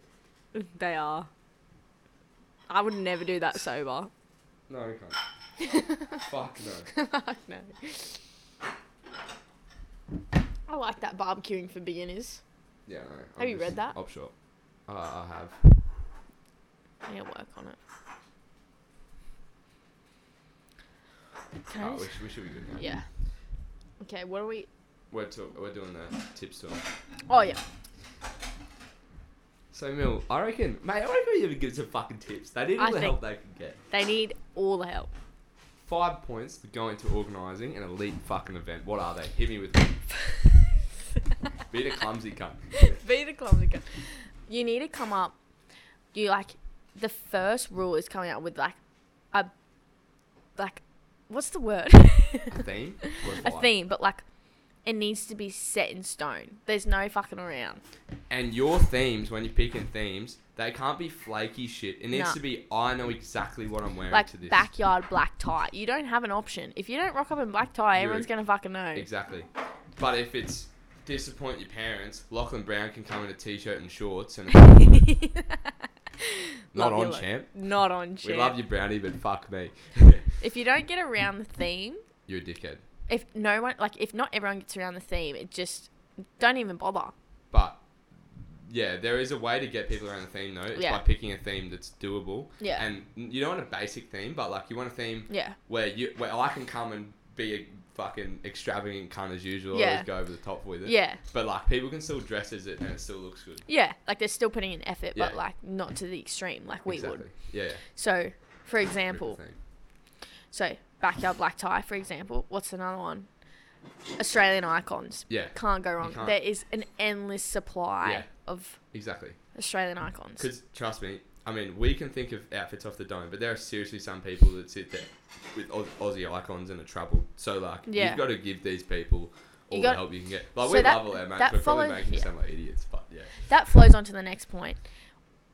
They are. I would never do that sober. No, we can't. Fuck no. no. I like that barbecuing for beginners. Yeah, no. I'm Have you just read that? Up short. Uh, I have. I need to work on it. Can I Oh, we, just- should, we should be good now. yeah. Okay, what are we? We're, to, we're doing the tips tour. Oh yeah. So Mill, I reckon, mate, I reckon you would give some fucking tips. They need I all the help think- they can get. They need all the help. Five points for going to organising an elite fucking event. What are they? Hit me with them. Be the clumsy cunt. Be the clumsy guy. You need to come up. You like the first rule is coming out with like a like what's the word? Theme? Worth a five. theme, but like it needs to be set in stone. There's no fucking around. And your themes, when you're picking themes, they can't be flaky shit. It needs No. to be, I know exactly what I'm wearing to Like this. backyard black tie. You don't have an option. If you don't rock up in black tie, You're- everyone's gonna fucking know. Exactly. But if it's disappoint your parents, Lachlan Brown can come in a t-shirt and shorts and Love not your on look. champ. Not on We champ. love you, Brownie, but fuck me. If you don't get around the theme, You're a dickhead. if no one like if not everyone gets around the theme, it just don't even bother. But yeah, there is a way to get people around the theme though. It's Yeah. by picking a theme that's doable. Yeah. And you don't want a basic theme, but like you want a theme Yeah. where you where I can come and be a fucking extravagant cunt as usual. Yeah. Always go over the top with it. Yeah. But like people can still dress as it and it still looks good. Yeah. Like they're still putting in effort, but Yeah. like not to the extreme like we exactly. would. Yeah. yeah. So, for Pick the example, theme. so backyard black tie, for example. What's another one? Australian icons. Yeah. Can't go wrong. can't. There is an endless supply Yeah. of Exactly. Australian icons. Because trust me, I mean, we can think of outfits off the dome, but there are seriously some people that sit there with Au- Aussie icons and are troubled. So like, Yeah. you've got to give these people all You got- the help you can get. Like So we that- love all our mates, that we're probably follows- making yeah. sound like idiots, but yeah, that flows on to the next point.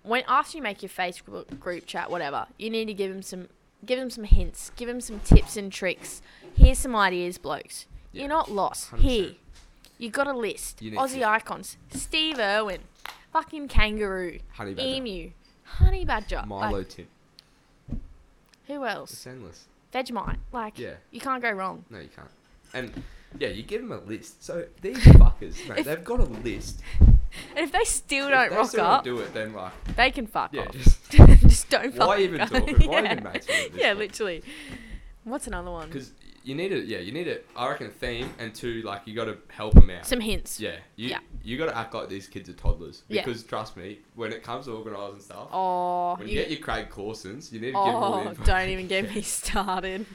When after you make your Facebook group chat, whatever, you need to give them some give them some hints, give them some tips and tricks. Here's some ideas, blokes. Yeah. You're not lost. 100%. Here, you got a list. You need Aussie to- icons: Steve Irwin, fucking kangaroo, Honey badger. emu, honey badger, Milo Like, Tim, who it's else? endless. Vegemite. Like, Yeah. Mm. you can't go wrong. No, you can't. And yeah, you give them a list. So these fuckers, mate, If- they've got a list. And if they still If don't they rock still up, Don't do it, then like, they can fuck yeah, off. just just don't Why fucking even go. talk? Why even mates with this Yeah, one? literally. What's another one? because you need it. Yeah, you need it. I reckon theme and two, like you got to help them out. Some hints. Yeah, you Yeah. you got to act like these kids are toddlers Yeah. because trust me, when it comes to organising stuff, Oh, when you, you, get your Craig Clausens, you need to give them all the oh info. don't even get me started.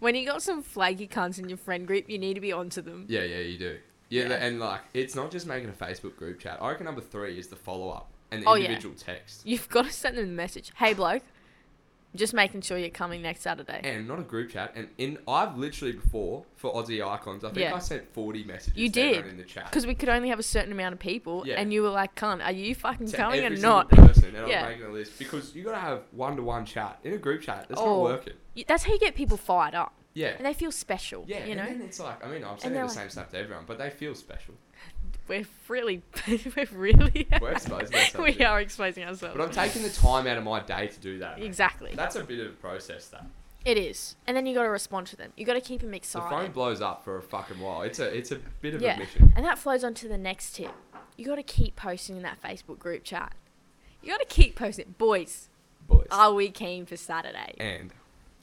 When you got some flaky cunts in your friend group, you need to be onto them. Yeah, yeah, you do. Yeah, Yeah. and like it's not just making a Facebook group chat. I reckon number three is the follow up and the Oh, yeah. individual text, You've got to send them a message. Hey, bloke, just making sure you're coming next Saturday. and not a group chat. And in I've literally before for Aussie icons, I think Yeah. I sent forty messages. You to everyone did. in the chat Because we could only have a certain amount of people, Yeah. and you were like, cunt, are you fucking to coming or every not? single person, and Yeah. I'm making a list because you got to have one to one chat in a group chat. That's Oh. not working. You- That's how you get people fired up. Yeah. And they feel special. Yeah, you and know? then it's like I mean I'm sending they're the like- same stuff to everyone, but they feel special. We're really, we're really, We're exposing ourselves we here. are exposing ourselves. But I'm taking the time out of my day to do that. exactly. That's a bit of a process. That It is, and then you got to respond to them. You got to keep them the phone excited. blows up for a fucking while. It's a it's a bit of yeah, a mission. and that flows on to the next tip. You got to keep posting in that Facebook group chat. You got to keep posting, boys. Boys. Are we keen for Saturday? and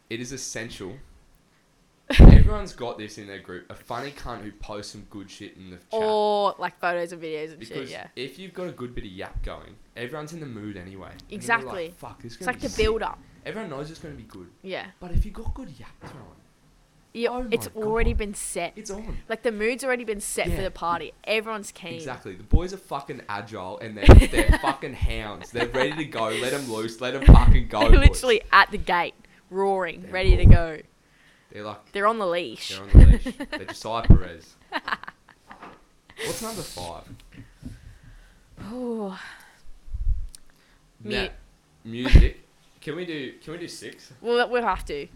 it is essential. Everyone's got this in their group. A funny cunt who posts some good shit in the chat. Or like photos and videos and because shit. Yeah, if you've got a good bit of yap going, everyone's in the mood anyway. And you're Exactly. Like, Fuck, this is it's gonna like be the build sick." up. Everyone knows it's gonna be good. Yeah, But if you got good yap throwing, yeah. Oh my it's already God. been set. it's on. like the mood's already been set for Yeah. the party. Everyone's keen. Exactly. The boys are fucking agile and they're, they're fucking hounds. They're ready to go. Let them loose. Let them fucking go. They're boys. literally at the gate, roaring, They're ready to go. roaring. They're like, They're on the leash. they're on the leash. They're Josiah Perez. What's number five? Ooh. Now, Mu- music. Can we do? Can we do six? Well, we'll have to.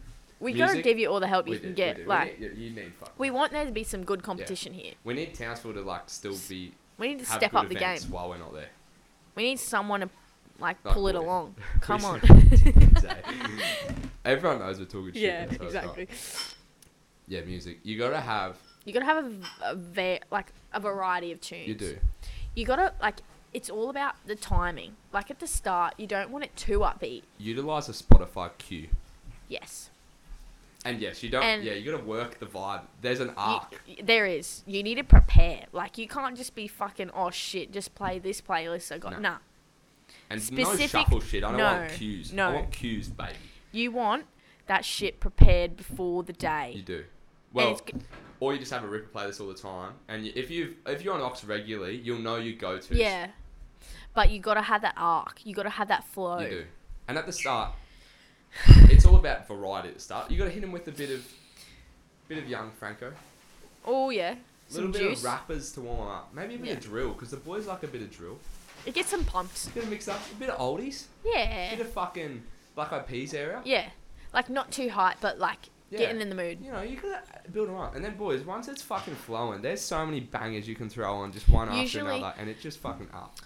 We gotta Music? give you all the help you We do, can we get. do. We like, need- you need fucking. we want there to be some good competition here. We need Townsville to like still be We need to have step good up the game. events while we're not there. We need someone to like Like, pull it we- along. we Come on. should- Everyone knows we're talking shit. yeah, there, so it's not- exactly. Yeah, music. You gotta have. You gotta have a, v- a va- like a variety of tunes. You do. You gotta like. It's all about the timing. Like at the start, you don't want it too upbeat. Utilize a Spotify queue. Yes. And yes, you don't. And- yeah, you gotta work the vibe. There's an You- arc. y- there is. You need to prepare. Like you can't just be fucking. Oh shit! Just play this playlist. I got No. nah. And no Specific- shuffle shit. I don't want no, cues. I no. want cues, baby. You want that shit prepared before the You day. do. And Well, it's g- or you just have a ripper play this all the time. And y- if you if you're on Ox regularly, you'll know you go to. yeah. But you gotta have that arc. You gotta have that flow. You do. And at the start, it's all about variety at the start. You got to hit him with a bit of, bit of young Franco, Oh yeah. a little Some bit juice. of rappers to warm up, maybe a bit of Yeah. drill because the boys like a bit of drill, It gets some pumps. a bit of mix up, a bit of oldies, a Yeah. bit of fucking Black Eyed Peas area. Yeah. Like not too hot, but like Yeah. getting in the mood. You know, you gotta build them up, and then boys, once it's fucking flowing, there's so many bangers you can throw on just one Usually- after another, and it just fucking up.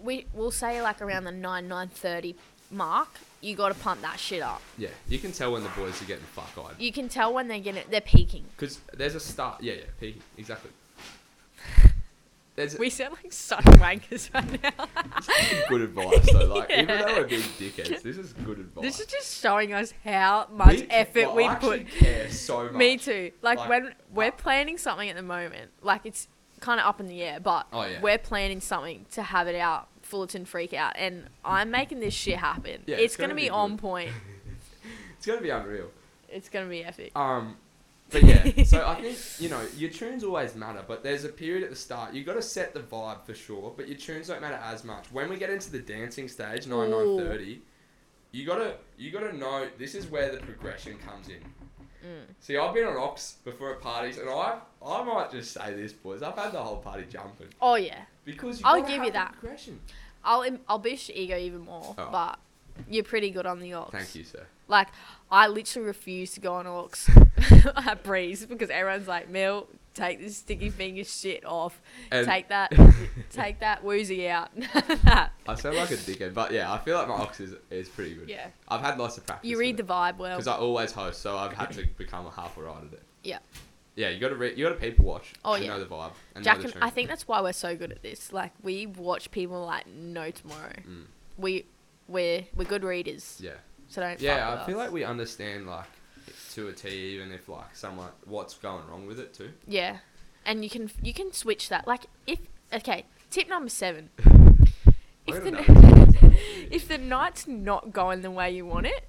We we'll say like around the nine nine thirty mark. You gotta pump that shit up. Yeah, you can tell when the boys are getting fuck eyed You can tell when they're getting they're peaking. because there's a start. Yeah, yeah, peaking exactly. There's a- We sound like such wankers right now. good advice though. Like even Yeah. though we're big dickheads, this is good advice. This is just showing us how We- much effort well, we I actually put. Care so much. Me too. Like, Like- uh, when we're planning something at the moment, like it's kind of up in the air, but Oh, yeah. we're planning something to have it out, Fullerton freak out, and I'm making this shit happen. Yeah, it's, gonna, be, on point. It's gonna be unreal. It's gonna be epic. Um, but yeah. So I think you know your tunes always matter, but there's a period at the start. You got to set the vibe for sure, but your tunes don't matter as much. When we get into the dancing stage, nine nine Ooh. thirty, you gotta you gotta know this is where the progression comes in. Mm. See, I've been on Ox before at parties, and I I might just say this, boys. I've had the whole party jumping Oh yeah, because you I'll gotta give have you the that. progression. I'll im- I'll boost your ego even more, Oh. but you're pretty good on the orcs. Thank you, sir. Like I literally refuse to go on orcs at breeze because everyone's like, Mill, take this sticky finger shit off. And- take that take that woozy out. I sound like a dickhead, but yeah, I feel like my ox is, is pretty good. Yeah. I've had lots of practice. You read the vibe well. because I always host, so I've had to become a half right at it. Yeah. Yeah, you got to re- you got to people watch. Oh, to yeah. Know the vibe. And know Jack the and tune. I think that's why we're so good at this. Like we watch people like no tomorrow. Mm. We we're we're good readers. Yeah. So don't fuck Yeah, with I feel us. like we understand like to a T, even if like someone what's going wrong with it too. Yeah. And you can you can switch that. Like if okay, tip number seven. We're If gonna the, if the night's not going the way you want it,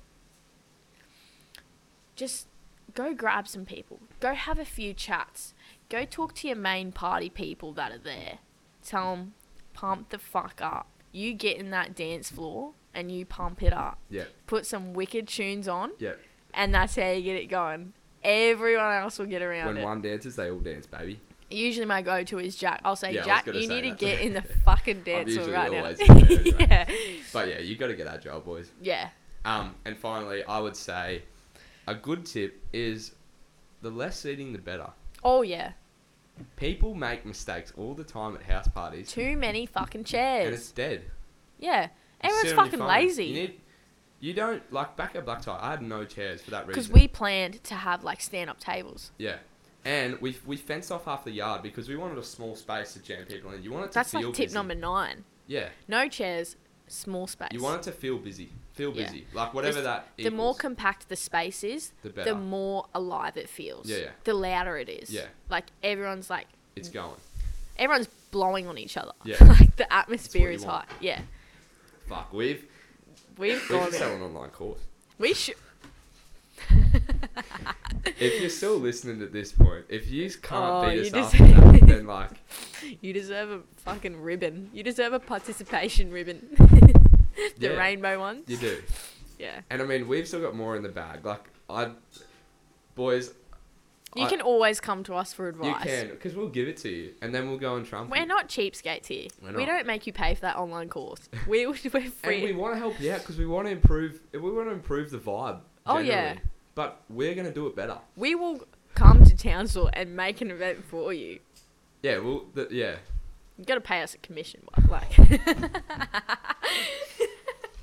just go grab some people. Go have a few chats. Go talk to your main party people that are there. Tell them, pump the fuck up. You get in that dance floor and you pump it up. Yeah. Put some wicked tunes on, Yeah. and that's how you get it going. Everyone else will get around When it one dances, they all dance, baby. usually my go-to is Jack. I'll say, Yeah, I was Jack, gonna you need say to that. get in the fucking dance floor usually right always now. in there yeah, But yeah, you got to get agile, boys. yeah, Um, and finally, I would say a good tip is the less seating, the better. oh yeah. People make mistakes all the time at house parties, Too many fucking and it's chairs. dead. Yeah, You everyone's sit on your fucking phone. You, lazy need, you don't like back at Black Tie. I had no chairs for that because reason. we planned to have like stand-up tables. yeah, and we we fenced off half the yard because we wanted a small space to jam people in. You want it to That's feel like tip busy. number nine. Yeah, No chairs, small space. you want it to feel busy, feel Yeah. busy, like Just whatever that. The more equals. compact the space is, The the, better. more alive it feels. Yeah, yeah. The louder it is. Yeah. Like everyone's like it's going. everyone's blowing on each other. Yeah. like the atmosphere you is high. want. Yeah. Fuck, we've We've we gone. just had an online course. We should. If you're still listening at this point, if you can't Oh, beat us you just- after that, then like You deserve a fucking ribbon. You deserve a participation ribbon. the Yeah. rainbow one. you do. Yeah. And I mean, we've still got more in the bag. Like I, boys, You I- can always come to us for advice. You can, because we'll give it to you, and then we'll go and trump. We're you. not cheapskates here. We're We not. don't make you pay for that online course. We, we're free. And we want to help you out because we want to improve. We want to improve the vibe. Oh, generally, yeah. But we're gonna do it better. we will come to Townsville and make an event for you. Yeah. Well. The, yeah. You gotta pay us a commission, but, like.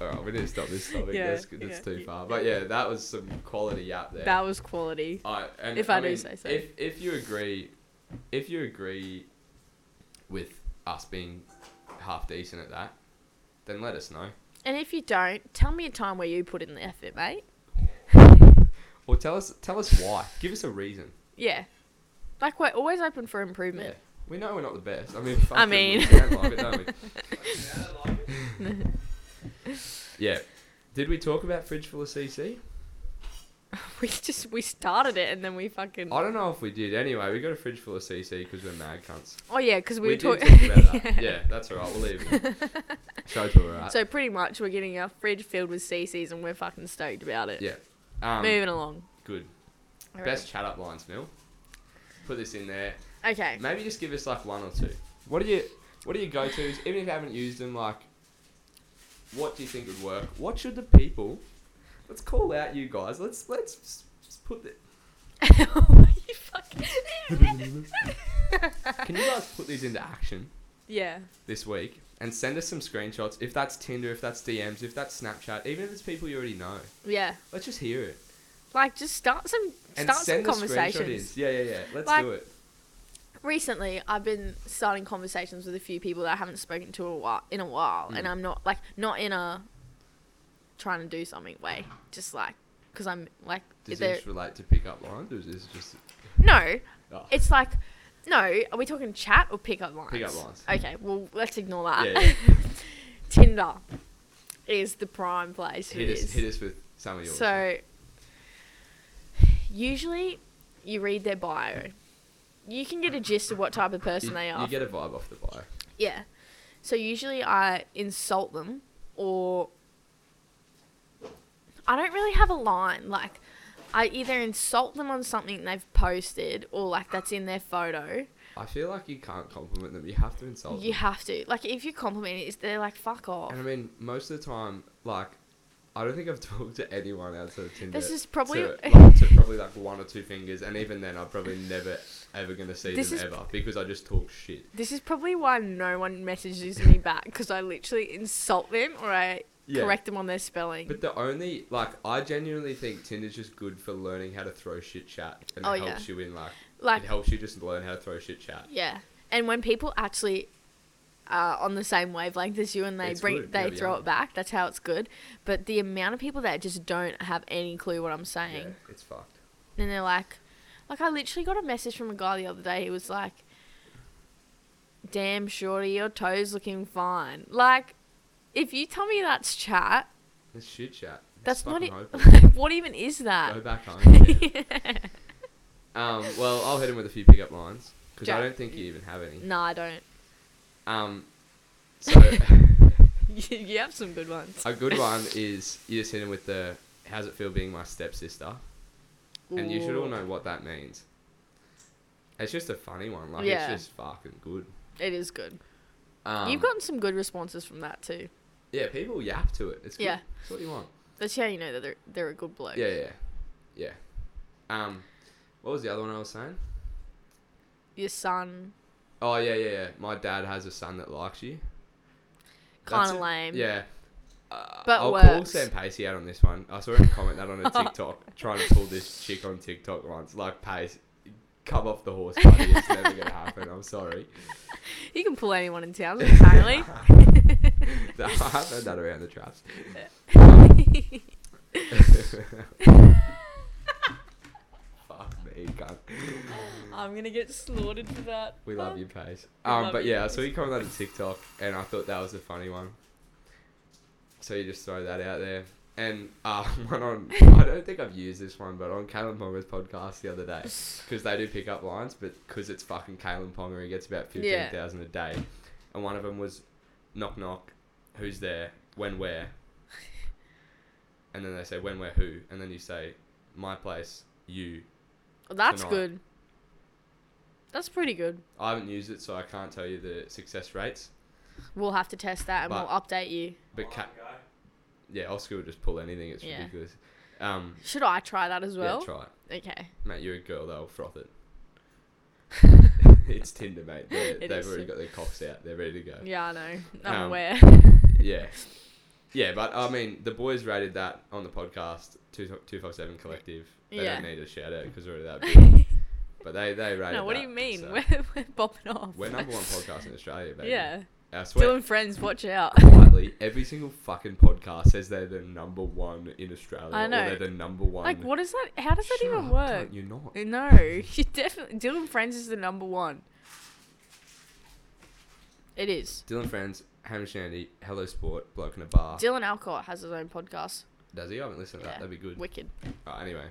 All right. We need to stop this topic. Yeah, that's, that's yeah. too far. But yeah, that was some quality out there. That was quality. I, and if I do mean, say so. If if you agree, if you agree with us being half decent at that, then let us know. And if you don't, tell me a time where you put in the effort, mate. Or tell us tell us why. Give us a reason. Yeah. Like, we're always open for improvement. We know we're not the best. I mean, fucking, mean- we don't like it, don't we? Like, yeah, I like it. Yeah. Did we talk about fridge full of CC? We just we started it and then we fucking. I don't know if we did. Anyway, we got a fridge full of CC because we're mad cunts. Oh yeah, because we, We, were did talking. talk about that. Yeah, that's all right. We'll leave it. Show's all right. So pretty much we're getting our fridge filled with CCs and we're fucking stoked about it. yeah. Um, Moving along. good. Alright. Best chat up lines, Mill. Put this in there. Okay. Maybe just give us like one or two. What are you? What are your go tos? Even if you haven't used them, like, what do you think would work? What should the people? Let's call out you guys. Let's let's, s- s- put the. You fucking- Can you guys put these into action yeah. this week and send us some screenshots? If that's Tinder, if that's DMs, if that's Snapchat, even if it's people you already know, Yeah. let's just hear it Like just start some and start some send the screenshot in. conversations. Yeah, yeah, yeah. Let's Like- do it. Recently, I've been starting conversations with a few people that I haven't spoken to a while, in a while, and Mm. I'm not like not in a trying to do something way. Just like because I'm like Does they're- this relate to pickup lines, or is this just no, Oh. it's like no. Are we talking chat or pickup lines? Pickup lines. Okay, well let's ignore that. Yeah, Tinder is the prime place. for hit us this. hit us with some of yours? So usually you read their bio. You can get a gist of what type of person you, they you are. get a vibe off the bio. yeah. So usually I insult them or I don't really have a line like I either insult them on something they've posted or like that's in their photo. I feel like you can't compliment them. You have to insult You them. have to. Like if you compliment it, they're like fuck off. Oh. and I mean, most of the time, like, I don't think I've talked to anyone outside of Tinder. This is probably- to, like, to probably like one or two fingers, and even then, I'm probably never ever gonna see This them is- ever because I just talk shit. This is probably why no one messages me back because I literally insult them or I Yeah. correct them on their spelling. But the only like, I genuinely think Tinder's just good for learning how to throw shit chat, and Oh, it yeah. helps you in like, like, it helps you just learn how to throw shit chat. yeah. And when people actually are on the same wavelength as you and they It's bring good, they yeah, throw yeah. it back, that's how it's good. But the amount of people that just don't have any clue what I'm Yeah, saying, it's fucked. and they're like, like I literally got a message from a guy the other day. He was like, "Damn, shorty, your toes looking fine." Like, if you tell me that's chat, It's shit chat. It's that's not it. fucking hopeless. what even is that? Go back home. yeah. Um, well, I'll hit him with a few pickup lines because I Jack- don't think you even have any. No, I don't. Um, so You, you have some good ones. a good one is you just hit him with the "How's it feel being my stepsister?" and you should all Ooh. know what that means. It's just a funny one, like Yeah. it's just fucking good. It is good. Um, You've gotten some good responses from that too. yeah, people yap to it. It's good. Yeah. it's what you want. That's how you know that they're they're a good bloke. Yeah, yeah, yeah. Um, what was the other one I was saying? Your son, Oh yeah, yeah, yeah. My dad has a son that likes you. That's kind of it. lame. Yeah. Uh, But I'll call works. Sam Pacey out on this one. I saw him comment that on a TikTok, trying to pull this chick on TikTok once. Like, Pace, come off the horse, buddy. It's never going to happen. I'm sorry. You can pull anyone in town apparently. I've heard that around the traps. Fuck me, cunt. I'm gonna get slaughtered for that. We love you, Pace. We Um, love but you, yeah, I Pace. saw you comment that on TikTok, and I thought that was a funny one. So you just throw that out there. And uh, one on, I don't think I've used this one, but on Kalen Ponga's podcast the other day, because they do pick up lines, but because it's fucking Kalen Ponga, he gets about Yeah. 15000 a day. And one of them was, knock, knock, who's there, when, where? And then they say, when, where, who? And then you say, my place, you. Well, that's Tonight. good. That's pretty good. I haven't used it, so I can't tell you the success rates. We'll have to test that and But- we'll update you. But Ka- yeah, Oscar will just pull anything. It's Yeah. ridiculous. Um, Should I try that as well? yeah, try it, Okay. mate. You're a girl. They'll froth it. it's Tinder, mate. They're, It they've is already Tinder. got their cocks out. They're ready to go. Yeah, I know. I'm Um, aware. Yeah, yeah. But I mean, the boys rated that on the podcast. Two two five seven collective. They Yeah. don't need a shout out because we're already that big. but they they rated. no, what do that, you mean? so- We're, we're bopping off. We're number one podcast in Australia, baby. Yeah. I swear. Dylan friends, watch out. Quietly, every single fucking podcast says they're the number one in Australia. I know. Or they're the number one. Like, what is that? How does that Shut even up, work? Eh, cunt, You're not. No, you definitely. Dylan Friends is the number one. It is. Dylan Friends, Hamish Shandy, Hello Sport, Bloke in a Bar. Dylan Alcott has his own podcast. Does he? I haven't listened to Ah. that. Yeah. That'd be good. Wicked. Alright, anyway.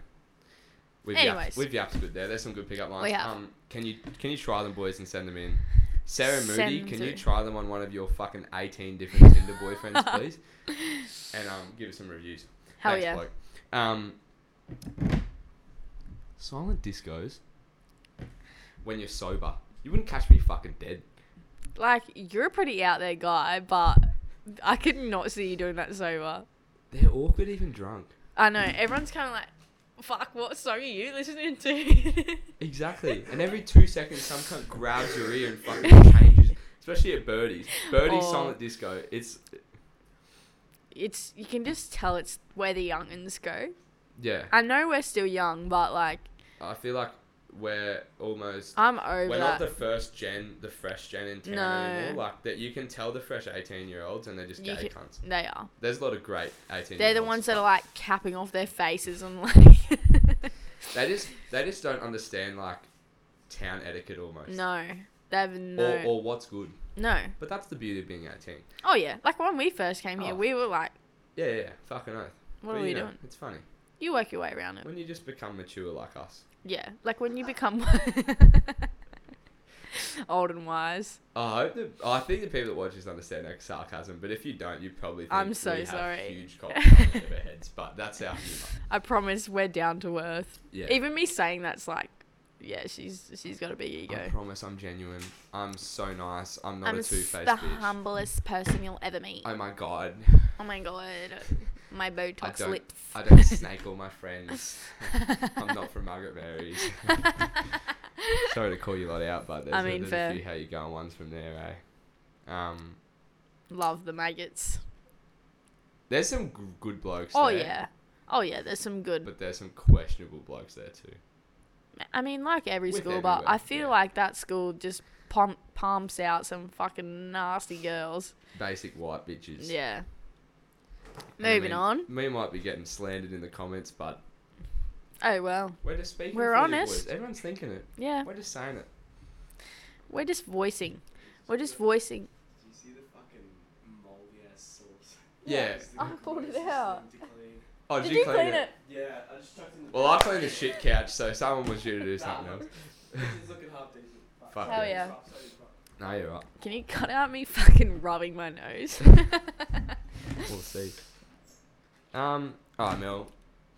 We've Anyways. yapped, we've yapped good there. There's some good pickup lines. We have. Um, can you can you try them, boys, and send them in? Sarah Send Moody, them can you through. try them on one of your fucking 18 different Tinder boyfriends, please? And um, give us some reviews. Hell Thanks, yeah. bloke. Um, silent discos. When you're sober, you wouldn't catch me fucking dead. Like, you're a pretty out there guy, but I could not see you doing that sober. They're awkward even drunk. I know. Everyone's kind of like, fuck, what song are you listening to? Exactly. And every two seconds, some cunt grabs your ear and fucking changes. Especially at Birdie's. Birdie's Oh. silent disco. It's it's You can just tell it's where the young'uns go. yeah. I know we're still young, but like, I feel like we're almost. I'm over We're that. not the first gen, the fresh gen in town No. anymore. Like that, you can tell the fresh eighteen-year-olds, and they're just You gay can- cunts. they are. There's a lot of great eighteen. They're the ones that are like capping off their faces and like. They just they just don't understand like town etiquette almost. no. They've no. Or, or what's good. no. But that's the beauty of being eighteen. Oh, yeah. Like, when we first came here, Oh. we were like, Yeah, yeah, yeah. fucking oath. what But, are we you know, doing? It's funny You work your way around it. when you just become mature like us. Yeah, like when you become old and wise. I hope that I think the people that watch this understand that sarcasm. But if you don't, you probably think I'm so we have sorry. Huge cock of our heads, but that's our humor. I promise we're down to earth. Yeah. Even me saying that's like, yeah, she's she's got a big I ego. promise I'm genuine. I'm so nice. I'm not I'm a s- two faced the bitch. humblest person you'll ever meet. oh my god. oh my god, my I Botox don't lips. I don't snake all my friends. I'm not from Margaret Mary's. Sorry to call you lot out, but there's, I a- mean, there's fair. a few how you going ones from there, eh? Um Love the maggots. there's some g- good blokes Oh there. yeah, oh yeah. There's some good. But there's some questionable blokes there too. I mean, like every With school, but I everywhere, feel yeah. like that school just pump, pumps out some fucking nasty girls. Basic white bitches. Yeah. And I Moving mean, on. Me might be getting slandered in the comments, but Oh well. we're just speaking. We're for you honest. boys. Everyone's thinking it. Yeah. We're just saying it. We're just voicing. We're just voicing. Do you see the fucking moldy ass sauce? Yeah. I pulled it out. Oh, did, you clean, it? Yeah, I just chucked in the. Well, I cleaned the shit couch, so someone was due to do something else. It's looking half decent. Fuck Hell it. yeah. No, you're right. Can you cut out me fucking rubbing my nose? We'll see. Um, oh, Mel,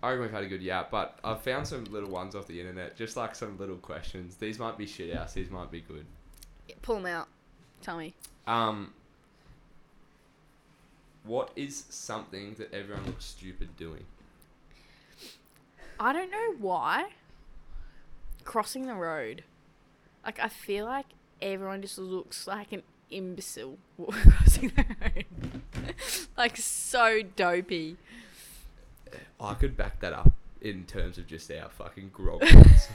I reckon we've had a good yap, but I've found some little ones off the internet, just like some little questions. These might be shit outs, these might be good. Pull them out. Tell me. Um, what is something that everyone looks stupid doing? I don't know why. Crossing the road. Like, I feel like everyone just looks like an imbecile wa- crossing the road. like, so dopey. I could back that up in terms of just our fucking grog. ones.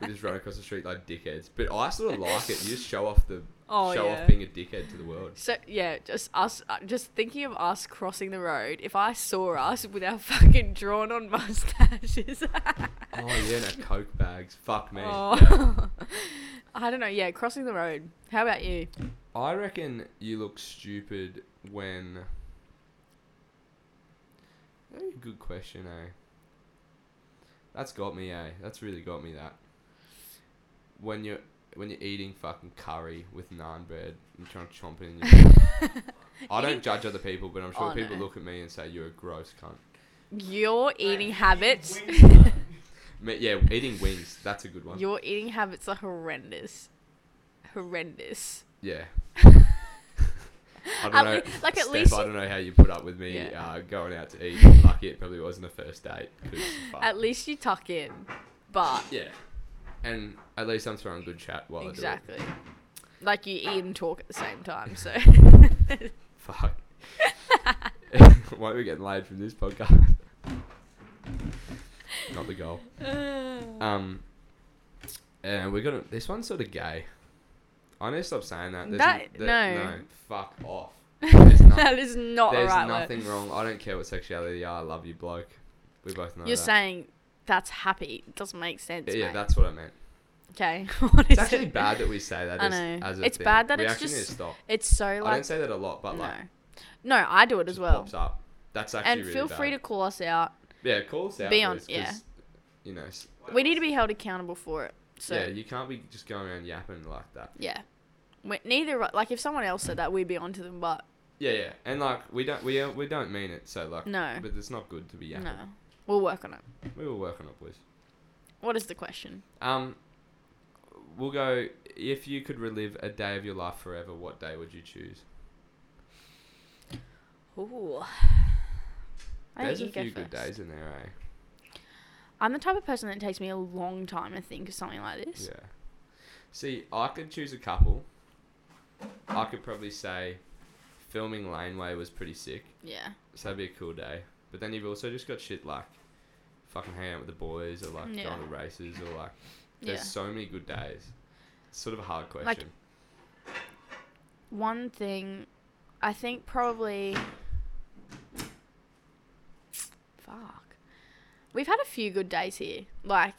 we just run across the street like dickheads, but I sort of like it. You just show off the Oh, show yeah. off being a dickhead to the world. So yeah, just us, uh, just thinking of us crossing the road. If I saw us with our fucking drawn-on mustaches, Oh yeah, no coke bags. Fuck me. Oh. I don't know. Yeah, crossing the road. How about you? I reckon you look stupid when. That's a good question, eh? That's got me, eh? That's really got me. That when you're when you're eating fucking curry with naan bread and trying to chomp it in your. mouth. I don't judge other people, but I'm sure Oh, people no. look at me and say you're a gross cunt. Your eating habits. Me- yeah, eating wings. That's a good one. Your eating habits are horrendous. Horrendous. Yeah. I At don't know. lea- like, at Steph, least I you- don't know how you put up with me Yeah. uh, going out to eat. Lucky it probably wasn't a first date. 'cause fuck. At least you tuck in, but yeah, and at least I'm throwing good chat while exactly. Like you eat and talk at the same time. So I do it. Fuck. Why are we getting laid from this podcast? Not the goal. Um, and we're gonna. This one's sort of gay. I need to stop saying that. There's That- n- there- no. Oh, no. Fuck off. There's no- that is not the There's right word. nothing wrong. I don't care what sexuality you are. I love you, bloke. We both know You're that. saying that's happy. It doesn't make sense. Yeah, yeah, mate. that's what I meant. Okay. what It's is actually it? bad that we say that. I As, know. as a It's thing. bad that we it's actually need to just- stop. It's so I like don't say that a lot, but like no, no, I do it as just well. pops up. That's actually And really feel free to bad. call us out. yeah call us out. be for on- this 'cause, yeah. You know, s- We need to be held accountable for it. So yeah, yeah, you can't be just going around yapping like that. We- neither of- like if someone else said that, we'd be onto them, but Yeah, yeah, and like we don't we don't, we don't mean it. So like No. but it's not good to be yapping. no, we'll work on it. We were working on it, boys. What is the question? Um, we'll go. If you could relive a day of your life forever, what day would you choose? Ooh. I There's a think you few go good first. days in there, eh? I'm the type of person that takes me a long time to think of something like this. Yeah. See, I could choose a couple. I could probably say, filming Laneway was pretty sick. Yeah. So that'd be a cool day. But then you've also just got shit like, fucking hanging out with the boys or like Yeah. going to races or like. Yeah. There's so many good days. It's sort of a hard question. One thing, I think probably. Fuck. We've had a few good days here. Like,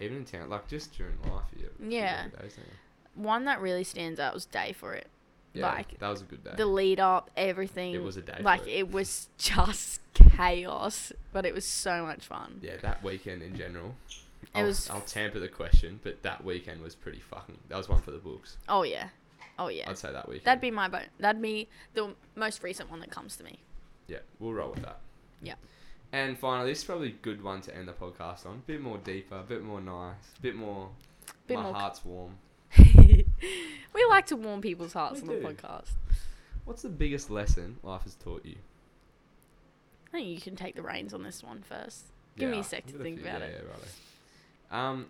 Even in town, like just during life, you have a few Yeah. good days, don't you? one that really stands out was Day for It. Yeah, Like, that was a good day. The lead up, everything. It was a day for Like, it. it was just chaos, but it was so much fun. Yeah, that weekend in general. It I'll, was- I'll tamper the question, but that weekend was pretty fucking. That was one for the books. Oh, yeah. Oh, yeah. I'd say that weekend. That'd be my bo- That'd be the most recent one that comes to me. Yeah, we'll roll with that. Yeah. And finally, this is probably a good one to end the podcast on. bit more deeper, bit more nice, bit more. Bit my more c- heart's warm. we like to warm people's hearts We on do. the podcast. What's the biggest lesson life has taught you? I think you can take the reins on this one first. Give me a sec I've to got think few- about yeah, it. Yeah, righto. Um,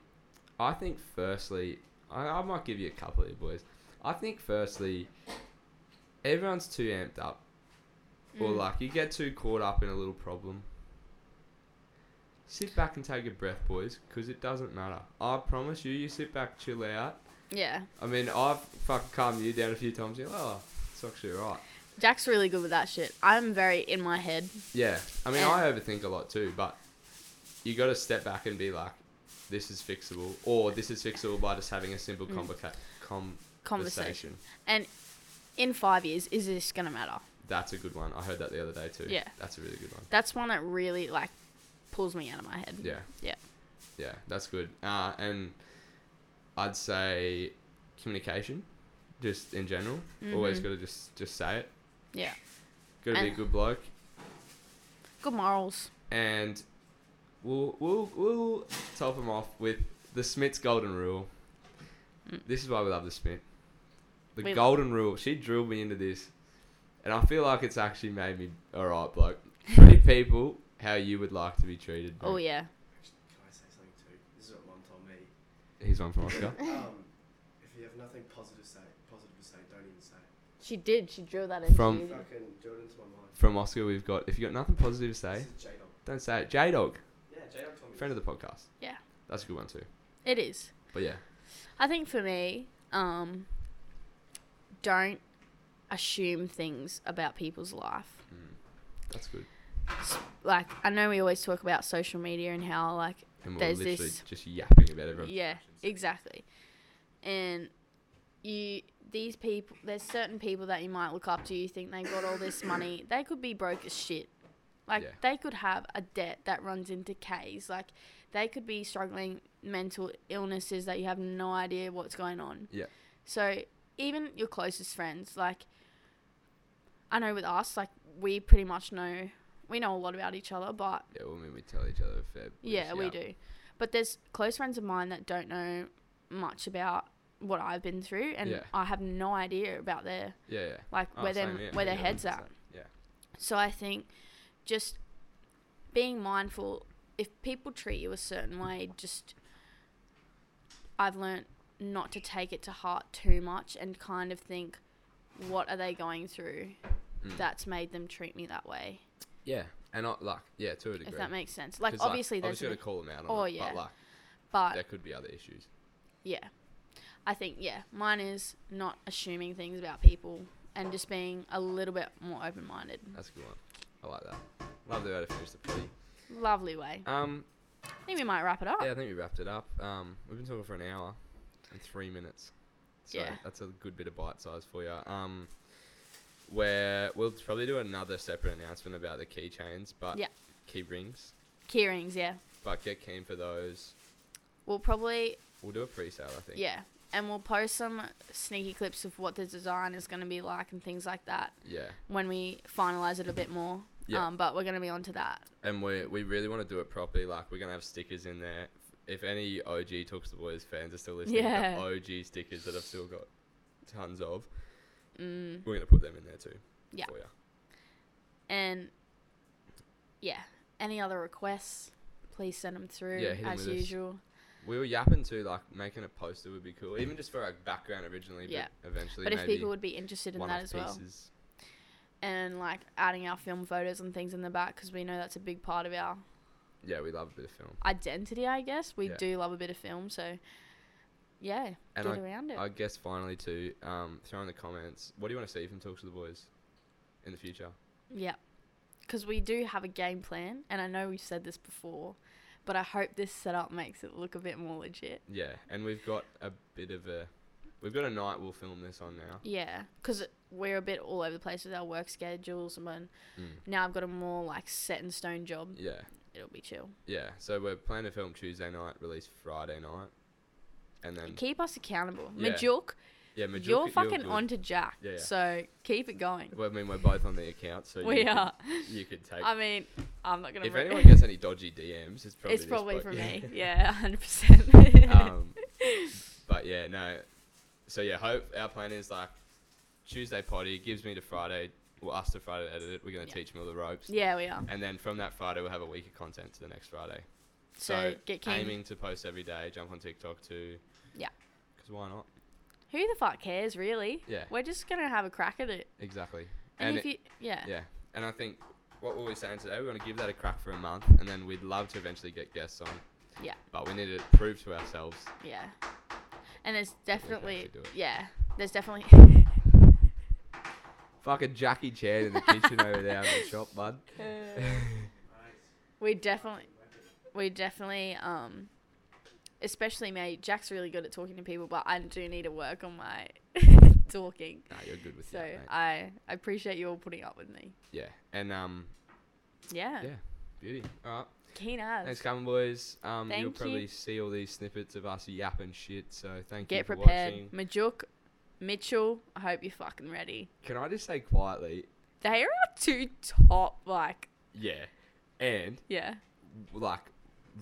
I think firstly, I, I might give you a couple of you boys. I think firstly, everyone's too amped up, or Mm. like you get too caught up in a little problem. Sit back and take a breath, boys, because it doesn't matter. I promise you, you sit back, chill out. Yeah. I mean, I've fucking calmed you down a few times. You're like, oh, it's actually right. Jack's really good with that shit. I'm very in my head. Yeah, I mean, And- I overthink a lot too, but you got to step back and be like, this is fixable, or this is fixable by just having a simple convoca- conversation. Mm. Conversation. And in five years, is this going to matter? That's a good one. I heard that the other day too. Yeah. that's a really good one. That's one that really, like, pulls me out of my head. Yeah, Yeah. yeah, that's good. Uh, and I'd say communication, just in general. Always got to just just say it. Yeah. Got to be a Mm-hmm. And- good bloke, Good morals. and we'll we'll we'll top them off with the Smith's golden rule. This is why we love the Smith. The Mm. We- golden rule. She drilled me into this, and I feel like it's actually made me all right, bloke. Treat people how you would like to be treated. Oh, bloke. yeah. Can I say something too? This is what mum told me. Here's one from Oscar. Um, if you have nothing positive to say, positive to say, don't even say it. She did. She drew that into From- you. Fucking do it into my mind. from Oscar, we've got if you got nothing positive to say, This is J-Dog. don't say it. J Dog, Yeah, J-Dog told me. friend of the podcast. Yeah. That's a good one too. It is. But yeah, I think for me, um, don't assume things about people's life. that's good. Like, I know we always talk about social media and how, like, And we're There's literally this- just yapping about everyone. yeah, exactly. And you, these people, there's certain people that you might look up to. You think they got all this money, they could be broke as shit. Like Yeah. they could have a debt that runs into K's. Like they could be struggling mental illnesses that you have no idea what's going on. Yeah. So even your closest friends, like I know with us, like we pretty much know we know a lot about each other, but Yeah, well, I mean, we tell each other a fair. bit, yeah, we do. But there's close friends of mine that don't know much about what I've been through, and Yeah. I have no idea about their Yeah, yeah. like Oh, where their same here. where their Yeah, heads at. 100%. Yeah. So I think just being mindful if people treat you a certain way, just I've learnt not to take it to heart too much and kind of think, what are they going through that's made them treat me that way? Yeah. And I, like, yeah, to a degree. If that makes sense. Like 'Cause, obviously like, there's obviously an- got to call them out on Oh, it, yeah. but like but there could be other issues. yeah i think yeah mine is not assuming things about people and just being a little bit more open-minded That's a good one. I like that. Love the way to finish the potty. lovely way Um, i think we might wrap it up yeah, I think we wrapped it up. Um, we've been talking for an hour. and three minutes. So Yeah. that's a good bit of bite size for you. Um, where we'll probably do another separate announcement about the keychains, but Yeah. key rings. Key rings, yeah. But get keen for those. We'll probably We'll do a pre-sale, I think. yeah, and we'll post some sneaky clips of what the design is going to be like and things like that Yeah. when we finalize it a bit more. Yeah. Um, but we're going to be onto that. And we we really want to do it properly. Like we're gonna have stickers in there. If any OG Talks to Boys fans are still listening, Yeah. the OG stickers that I've still got tons of, Mm. we're gonna put them in there too. Yeah. For ya. And yeah, any other requests, please send them through Yeah, hit 'em as with us. usual. We were yapping too, like making a poster would be cool, even just for our background originally. Yeah. But eventually, But if maybe people would be interested in that one-off as well, pieces. and like adding our film photos and things in the back because we know that's a big part of our Yeah, we love a bit of film. identity, I guess. We Yeah. do love a bit of film, so yeah, And get around it. I guess finally too, um, throw in the comments. What do you want to see from Talks to the Boys in the future? Yeah. Because we do have a game plan, and I know we've said this before, but I hope this setup makes it look a bit more legit. Yeah, and we've got a bit of a, we've got a night we'll film this on now. Yeah, because we're a bit all over the place with our work schedules, and when Mm. now I've got a more like set in stone job, Yeah, it'll be chill. yeah. So we're planning to film Tuesday night, release Friday night, and then Keep us accountable, Yeah. Majuk. yeah, Majuka, you're fucking good. on to Jack, Yeah, yeah. so keep it going. Well, I mean, we're both on the account, so we you are. Could, you could take. I mean, I'm not gonna. if re- anyone gets any dodgy DMs, it's probably it's this probably bloke. for Yeah. me. Yeah, hundred percent. um, but yeah, no. So yeah, hope our plan is like Tuesday potty gives me to Friday, well us to Friday to edit it. We're gonna Yeah. teach me all the ropes, Yeah, we are. and then from that Friday we'll have a week of content to the next Friday. So, get keen. aiming to post every day. Jump on TikTok too. Yeah. Because why not? Who the fuck cares, really? Yeah. We're just gonna have a crack at it. Exactly. And, And if it- you, yeah, Yeah, and I think what we were saying today, we're going to give that a crack for a month, and then we'd love to eventually get guests on. Yeah. But we need to prove to ourselves. yeah. And there's definitely, actually do it. yeah, there's definitely, Fucking Jackie Chan in the kitchen over there in the shop, bud. we definitely, we definitely, um, especially me. Jack's really good at talking to people, but I do need to work on my talking. Nah, you're good with So that, mate. I, I appreciate you all putting up with me. Yeah, and um, Yeah, yeah, beauty. All right, keen as. thanks for coming, boys. Um, Thank you'll you. probably see all these snippets of us yapping shit. So thank you Get for prepared, watching. Majuk, Mitchell. I hope you're fucking ready. Can I just say quietly? They are our two top, like, Yeah, and yeah. like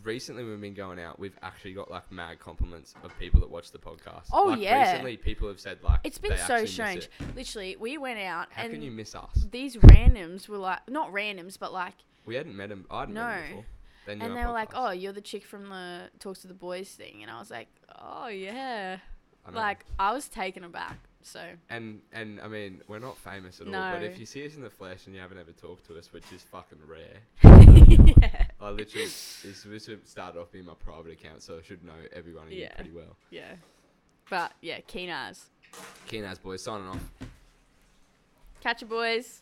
recently when we've been going out, we've actually got like mad compliments of people that watch the podcast. Oh, like, yeah. Recently, people have said like It's been they actually so miss strange. it. Literally, we went out How and can you miss us? these randoms were like, not randoms, but like, We hadn't met him. I hadn't met No. him before. Then and they were like, "Oh, you're the chick from the Talks to the Boys thing," and I was like, "Oh yeah," "Oh, like I was taken aback. So and and I mean, we're not famous at all. But No. if you see us in the flesh and you haven't ever talked to us, which is fucking rare, yeah, I literally this this would start off being my private account, so I should know everyone in here Yeah. pretty well. yeah, but yeah, keen eyes. Keen as boys signing off. Catch you, boys.